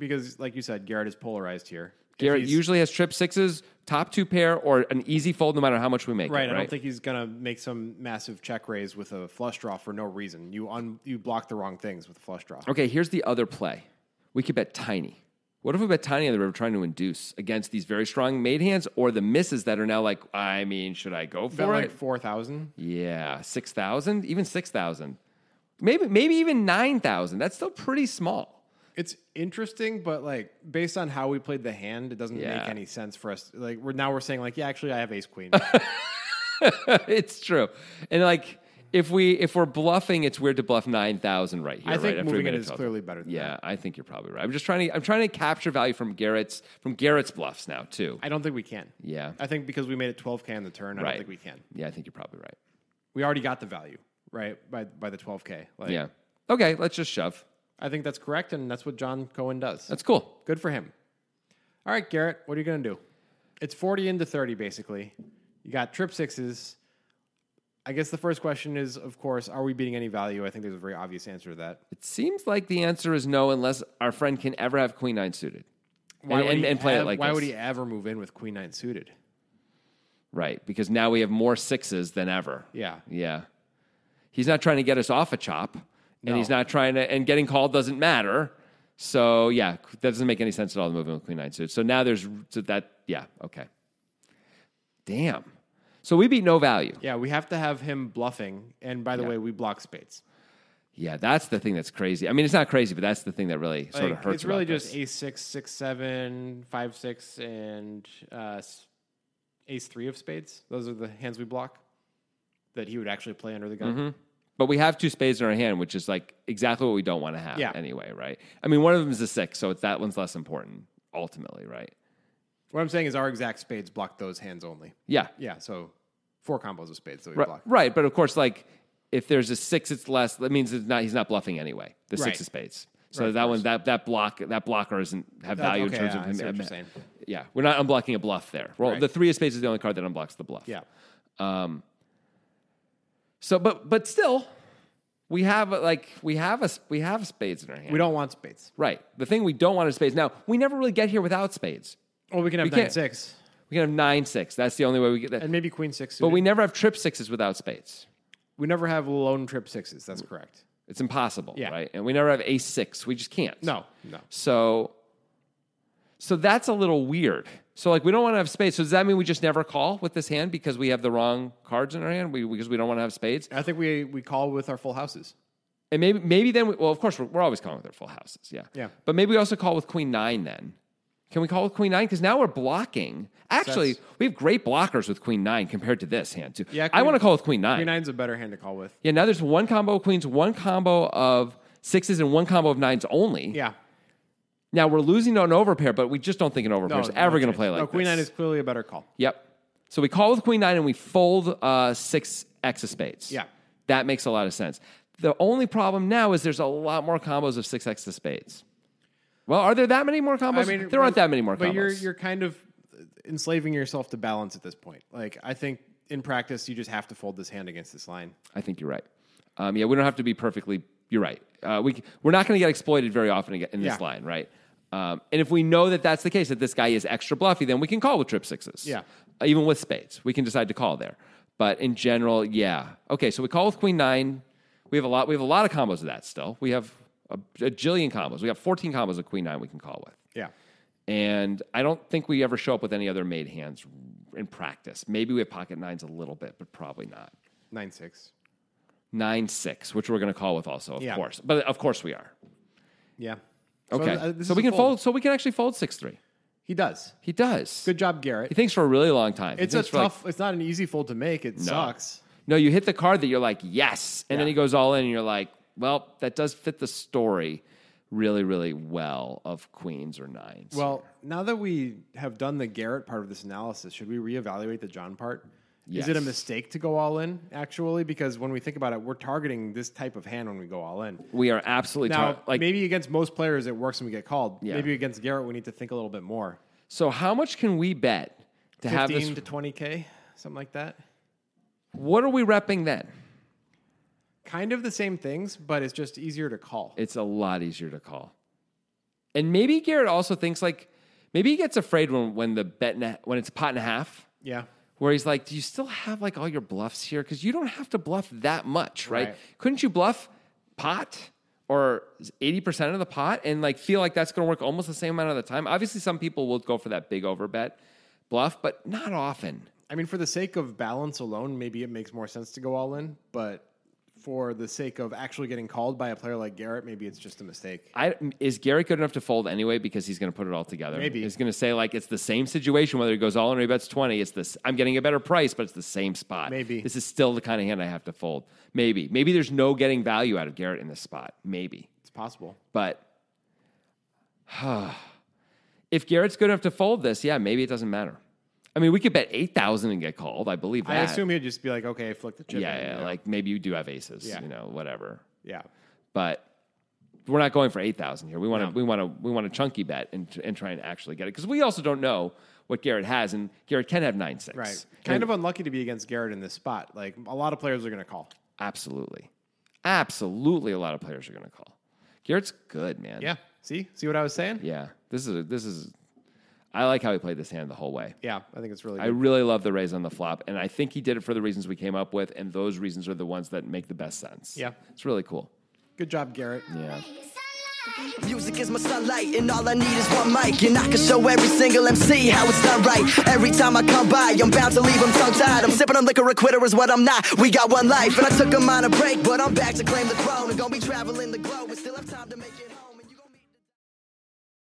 Speaker 3: because like you said, Garrett is polarized here. If
Speaker 1: Garrett
Speaker 3: he's-
Speaker 1: usually has trip sixes, top two pair, or an easy fold no matter how much we make. it,
Speaker 3: Right, I don't think he's gonna make some massive check raise with a flush draw for no reason. You un you block the wrong things with a flush draw.
Speaker 1: Okay, here's the other play. We could bet tiny. What if we bet tiny on the river trying to induce against these very strong made hands or the misses that are now like, I mean, should I go for
Speaker 3: Bet
Speaker 1: it?
Speaker 3: like four thousand.
Speaker 1: Yeah, six thousand, even six thousand, maybe maybe even nine thousand. That's still pretty small.
Speaker 3: It's interesting, but like based on how we played the hand, it doesn't
Speaker 1: Yeah.
Speaker 3: make any sense for us. Like we're now we're saying like, yeah, actually, I have ace queen.
Speaker 1: it's true, and like if we if we're bluffing, it's weird to bluff nine thousand right here.
Speaker 3: I
Speaker 1: right,
Speaker 3: think moving
Speaker 1: made
Speaker 3: it
Speaker 1: a
Speaker 3: is
Speaker 1: 12,000.
Speaker 3: clearly better than
Speaker 1: Yeah, I think you're probably right. I'm just trying to I'm trying to capture value from Garrett's from Garrett's bluffs now too.
Speaker 3: I don't think we can.
Speaker 1: Yeah.
Speaker 3: I think because we made it 12k on the turn, I
Speaker 1: right.
Speaker 3: don't think we can.
Speaker 1: Yeah, I think you're probably right.
Speaker 3: We already got the value right by by the 12k. Like,
Speaker 1: Yeah. Okay, let's just shove.
Speaker 3: I think that's correct, and that's what John Cohen does.
Speaker 1: That's cool.
Speaker 3: Good for him. All right, Garrett, what are you going to do? It's 40 into 30, basically. You got trip sixes. I guess the first question is, of course, are we beating any value? I think there's a very obvious answer to that.
Speaker 1: It seems like the answer is no unless our friend can ever have queen nine suited.
Speaker 3: Why
Speaker 1: and,
Speaker 3: would
Speaker 1: and,
Speaker 3: he
Speaker 1: and play
Speaker 3: ev-
Speaker 1: it like
Speaker 3: Why
Speaker 1: this.
Speaker 3: would he ever move in with queen nine suited?
Speaker 1: Right, because now we have more sixes than ever.
Speaker 3: Yeah.
Speaker 1: Yeah. He's not trying to get us off a chop, and he's
Speaker 3: No.
Speaker 1: not trying to, and getting called doesn't matter. So, yeah, that doesn't make any sense at all, the movement with Queen Nine suited. So now there's so that, yeah, okay. Damn. So we beat no value.
Speaker 3: Yeah, we have to have him bluffing. And by the way, we block spades.
Speaker 1: Yeah, that's the thing that's crazy. I mean, it's not crazy, but that's the thing that really sort of
Speaker 3: Like,
Speaker 1: hurts.
Speaker 3: it's really
Speaker 1: about
Speaker 3: just
Speaker 1: this.
Speaker 3: ace six, six, seven, five, six, and uh, s- ace three of spades. Those are the hands we block that he would actually play under the gun.
Speaker 1: Mm-hmm. But we have two spades in our hand, which is like exactly what we don't want to have
Speaker 3: Yeah.
Speaker 1: anyway, right? I mean, one of them is a six, so it's, that one's less important ultimately, right?
Speaker 3: What I'm saying is our exact spades block those hands only.
Speaker 1: Yeah.
Speaker 3: Yeah, so four combos of spades that we
Speaker 1: Right,
Speaker 3: block.
Speaker 1: right, but of course, like if there's a six, it's less. That means it's not. He's not bluffing anyway. The
Speaker 3: Right.
Speaker 1: six of spades. So
Speaker 3: Right, of
Speaker 1: that
Speaker 3: course.
Speaker 1: one, that that block, that blocker isn't have
Speaker 3: That-
Speaker 1: value
Speaker 3: okay,
Speaker 1: in terms
Speaker 3: yeah, I see
Speaker 1: of
Speaker 3: what
Speaker 1: him.
Speaker 3: you're saying.
Speaker 1: Yeah, we're not unblocking a bluff there. Well,
Speaker 3: Right.
Speaker 1: the three of spades is the only card that unblocks the bluff.
Speaker 3: Yeah.
Speaker 1: So, but but still, we have like we have us we have spades in our hand.
Speaker 3: We don't want spades.
Speaker 1: Right. The thing we don't want is spades. Now we never really get here without spades.
Speaker 3: Well, we can have
Speaker 1: We
Speaker 3: nine
Speaker 1: can't-
Speaker 3: six
Speaker 1: We can have nine six. That's the only way we get that.
Speaker 3: and maybe queen six.
Speaker 1: but
Speaker 3: But
Speaker 1: we
Speaker 3: we
Speaker 1: never have trip sixes without spades.
Speaker 3: we never have lone trip sixes. That's correct.
Speaker 1: It's impossible,
Speaker 3: Yeah.
Speaker 1: right? And we never have ace six. We just can't.
Speaker 3: No, no.
Speaker 1: So, so that's a little weird. So, like, we don't want to have spades. So, does that mean we just never call with this hand because we have the wrong cards in our hand? We, because we don't want to have spades?
Speaker 3: I think we we call with our full houses.
Speaker 1: And maybe, maybe then, we, well, of course, we're, we're always calling with our full houses. Yeah.
Speaker 3: Yeah.
Speaker 1: But maybe we also call with queen nine then. Can we call with queen nine? Because now we're blocking. Actually, we have great blockers with queen nine compared to this hand, too.
Speaker 3: Yeah,
Speaker 1: I
Speaker 3: queen-
Speaker 1: want to call with queen nine.
Speaker 3: Queen nine's a better hand to call with.
Speaker 1: Yeah. Now there's one combo of queens, one combo of sixes, and one combo of nines only.
Speaker 3: Yeah,
Speaker 1: Now we're losing on an overpair, but we just don't think an overpair is ever going to
Speaker 3: chance.
Speaker 1: play like
Speaker 3: no, queen
Speaker 1: this.
Speaker 3: nine is clearly a better call.
Speaker 1: Yep. So we call with queen nine and we fold uh, six x of spades.
Speaker 3: Yeah.
Speaker 1: That makes a lot of sense. The only problem now is there's a lot more combos of six x of spades. Well, are there that many more combos? there aren't that many more combos.
Speaker 3: But you're you're kind of enslaving yourself to balance at this point. Like I think in practice, you just have to fold this hand against this line.
Speaker 1: I think you're right. Um, yeah, we don't have to be perfectly. You're right. Uh, we we're not going to get exploited very often in this
Speaker 3: Yeah.
Speaker 1: line, right? Um, and if we know that that's the case, that this guy is extra bluffy, then we can call with trip sixes.
Speaker 3: Yeah.
Speaker 1: Uh, even with spades, we can decide to call there. But in general, yeah. Okay, so we call with queen nine. We have a lot. We have a lot of combos of that still. We have a, a jillion combos. We have 14 combos of queen nine we can call with.
Speaker 3: Yeah.
Speaker 1: And I don't think we ever show up with any other made hands in practice. Maybe we have pocket nines a little bit, but probably not
Speaker 3: Nine six.
Speaker 1: nine six, which we're going to call with also, of
Speaker 3: Yeah.
Speaker 1: course. But of course we are.
Speaker 3: Yeah. So,
Speaker 1: Okay,
Speaker 3: uh,
Speaker 1: so,
Speaker 3: this is
Speaker 1: we
Speaker 3: a
Speaker 1: can fold. So we can actually fold six three.
Speaker 3: He does.
Speaker 1: He does.
Speaker 3: Good job, Garrett.
Speaker 1: He thinks for a really long time. He
Speaker 3: It's a
Speaker 1: thinks for, like-
Speaker 3: tough. it's not an easy fold to make. It sucks.
Speaker 1: no, you hit the card that you're like yes, and then
Speaker 3: Yeah.
Speaker 1: he goes all in, and you're like, well, that does fit the story really, really well of queens or nines.
Speaker 3: Well, now that we have done the Garrett part of this analysis, should we reevaluate the John part? Is it a
Speaker 1: Yes.
Speaker 3: mistake to go all in, actually? Because when we think about it, we're targeting this type of hand when we go all in.
Speaker 1: we are absolutely
Speaker 3: Now,
Speaker 1: tar- like
Speaker 3: maybe against most players it works and we get called.
Speaker 1: Yeah.
Speaker 3: Maybe against Garrett we need to think a little bit more.
Speaker 1: so. How much can we bet to have this?
Speaker 3: Fifteen to twenty k, something like that.
Speaker 1: what are we repping then?
Speaker 3: Kind of the same things, but it's just easier to call.
Speaker 1: it's a lot easier to call. And maybe Garrett also thinks like maybe he gets afraid when when the bet and a- when it's pot and a half,
Speaker 3: yeah,
Speaker 1: where he's like, "Do you still have like all your bluffs here? Because you don't have to bluff that much, right?
Speaker 3: Right.
Speaker 1: Couldn't you bluff pot or eighty percent of the pot and like feel like that's going to work almost the same amount of the time? Obviously, some people will go for that big over bet bluff, but not often.
Speaker 3: I mean, for the sake of balance alone, maybe it makes more sense to go all in. But for the sake of actually getting called by a player like Garrett, maybe it's just a mistake.
Speaker 1: I, is Garrett good enough to fold anyway because he's going to put it all together?
Speaker 3: Maybe.
Speaker 1: he's going to say like it's the same situation whether he goes all in or he bets twenty. It's this I'm getting a better price, but it's the same spot.
Speaker 3: Maybe.
Speaker 1: this is still the kind of hand I have to fold. Maybe maybe there's no getting value out of Garrett in this spot. Maybe,
Speaker 3: It's possible.
Speaker 1: but if Garrett's good enough to fold this, yeah, maybe it doesn't matter. I mean, we could bet eight thousand and get called. I believe that.
Speaker 3: I assume he'd just be like, okay, flick the chip.
Speaker 1: Yeah,
Speaker 3: in,
Speaker 1: yeah,
Speaker 3: you know?
Speaker 1: like maybe you do have aces.
Speaker 3: Yeah.
Speaker 1: You know, whatever
Speaker 3: yeah.
Speaker 1: but we're not going for 8,000 here. We want to we want to we want a chunky bet and and try and actually get it cuz we also don't know what Garrett has and Garrett can have 9 6.
Speaker 3: Right. Kind of unlucky to be against Garrett in this spot. Like a lot of players are going to call.
Speaker 1: absolutely. Absolutely a lot of players are going to call. Garrett's good, man.
Speaker 3: Yeah. See, see what I was saying?
Speaker 1: Yeah. This is a, this is I like how he played this hand the whole way.
Speaker 3: Yeah, I think it's really.
Speaker 1: I
Speaker 3: Good.
Speaker 1: really love the raise on the flop and I think he did it for the reasons we came up with and those reasons are the ones that make the best sense.
Speaker 3: Yeah.
Speaker 1: It's really cool.
Speaker 3: Good job, Garrett.
Speaker 1: Yeah.
Speaker 2: Music is my sunlight, and all I need is one mic. And I can show every single MC how it's done right. Every time I come by, I'm bound to leave them tongue tied. I'm sipping on liquor, a quitter is what I'm not. We got one life, and I took a minor break, but I'm back to claim the throne. And gonna be traveling the globe, and still have time to make it.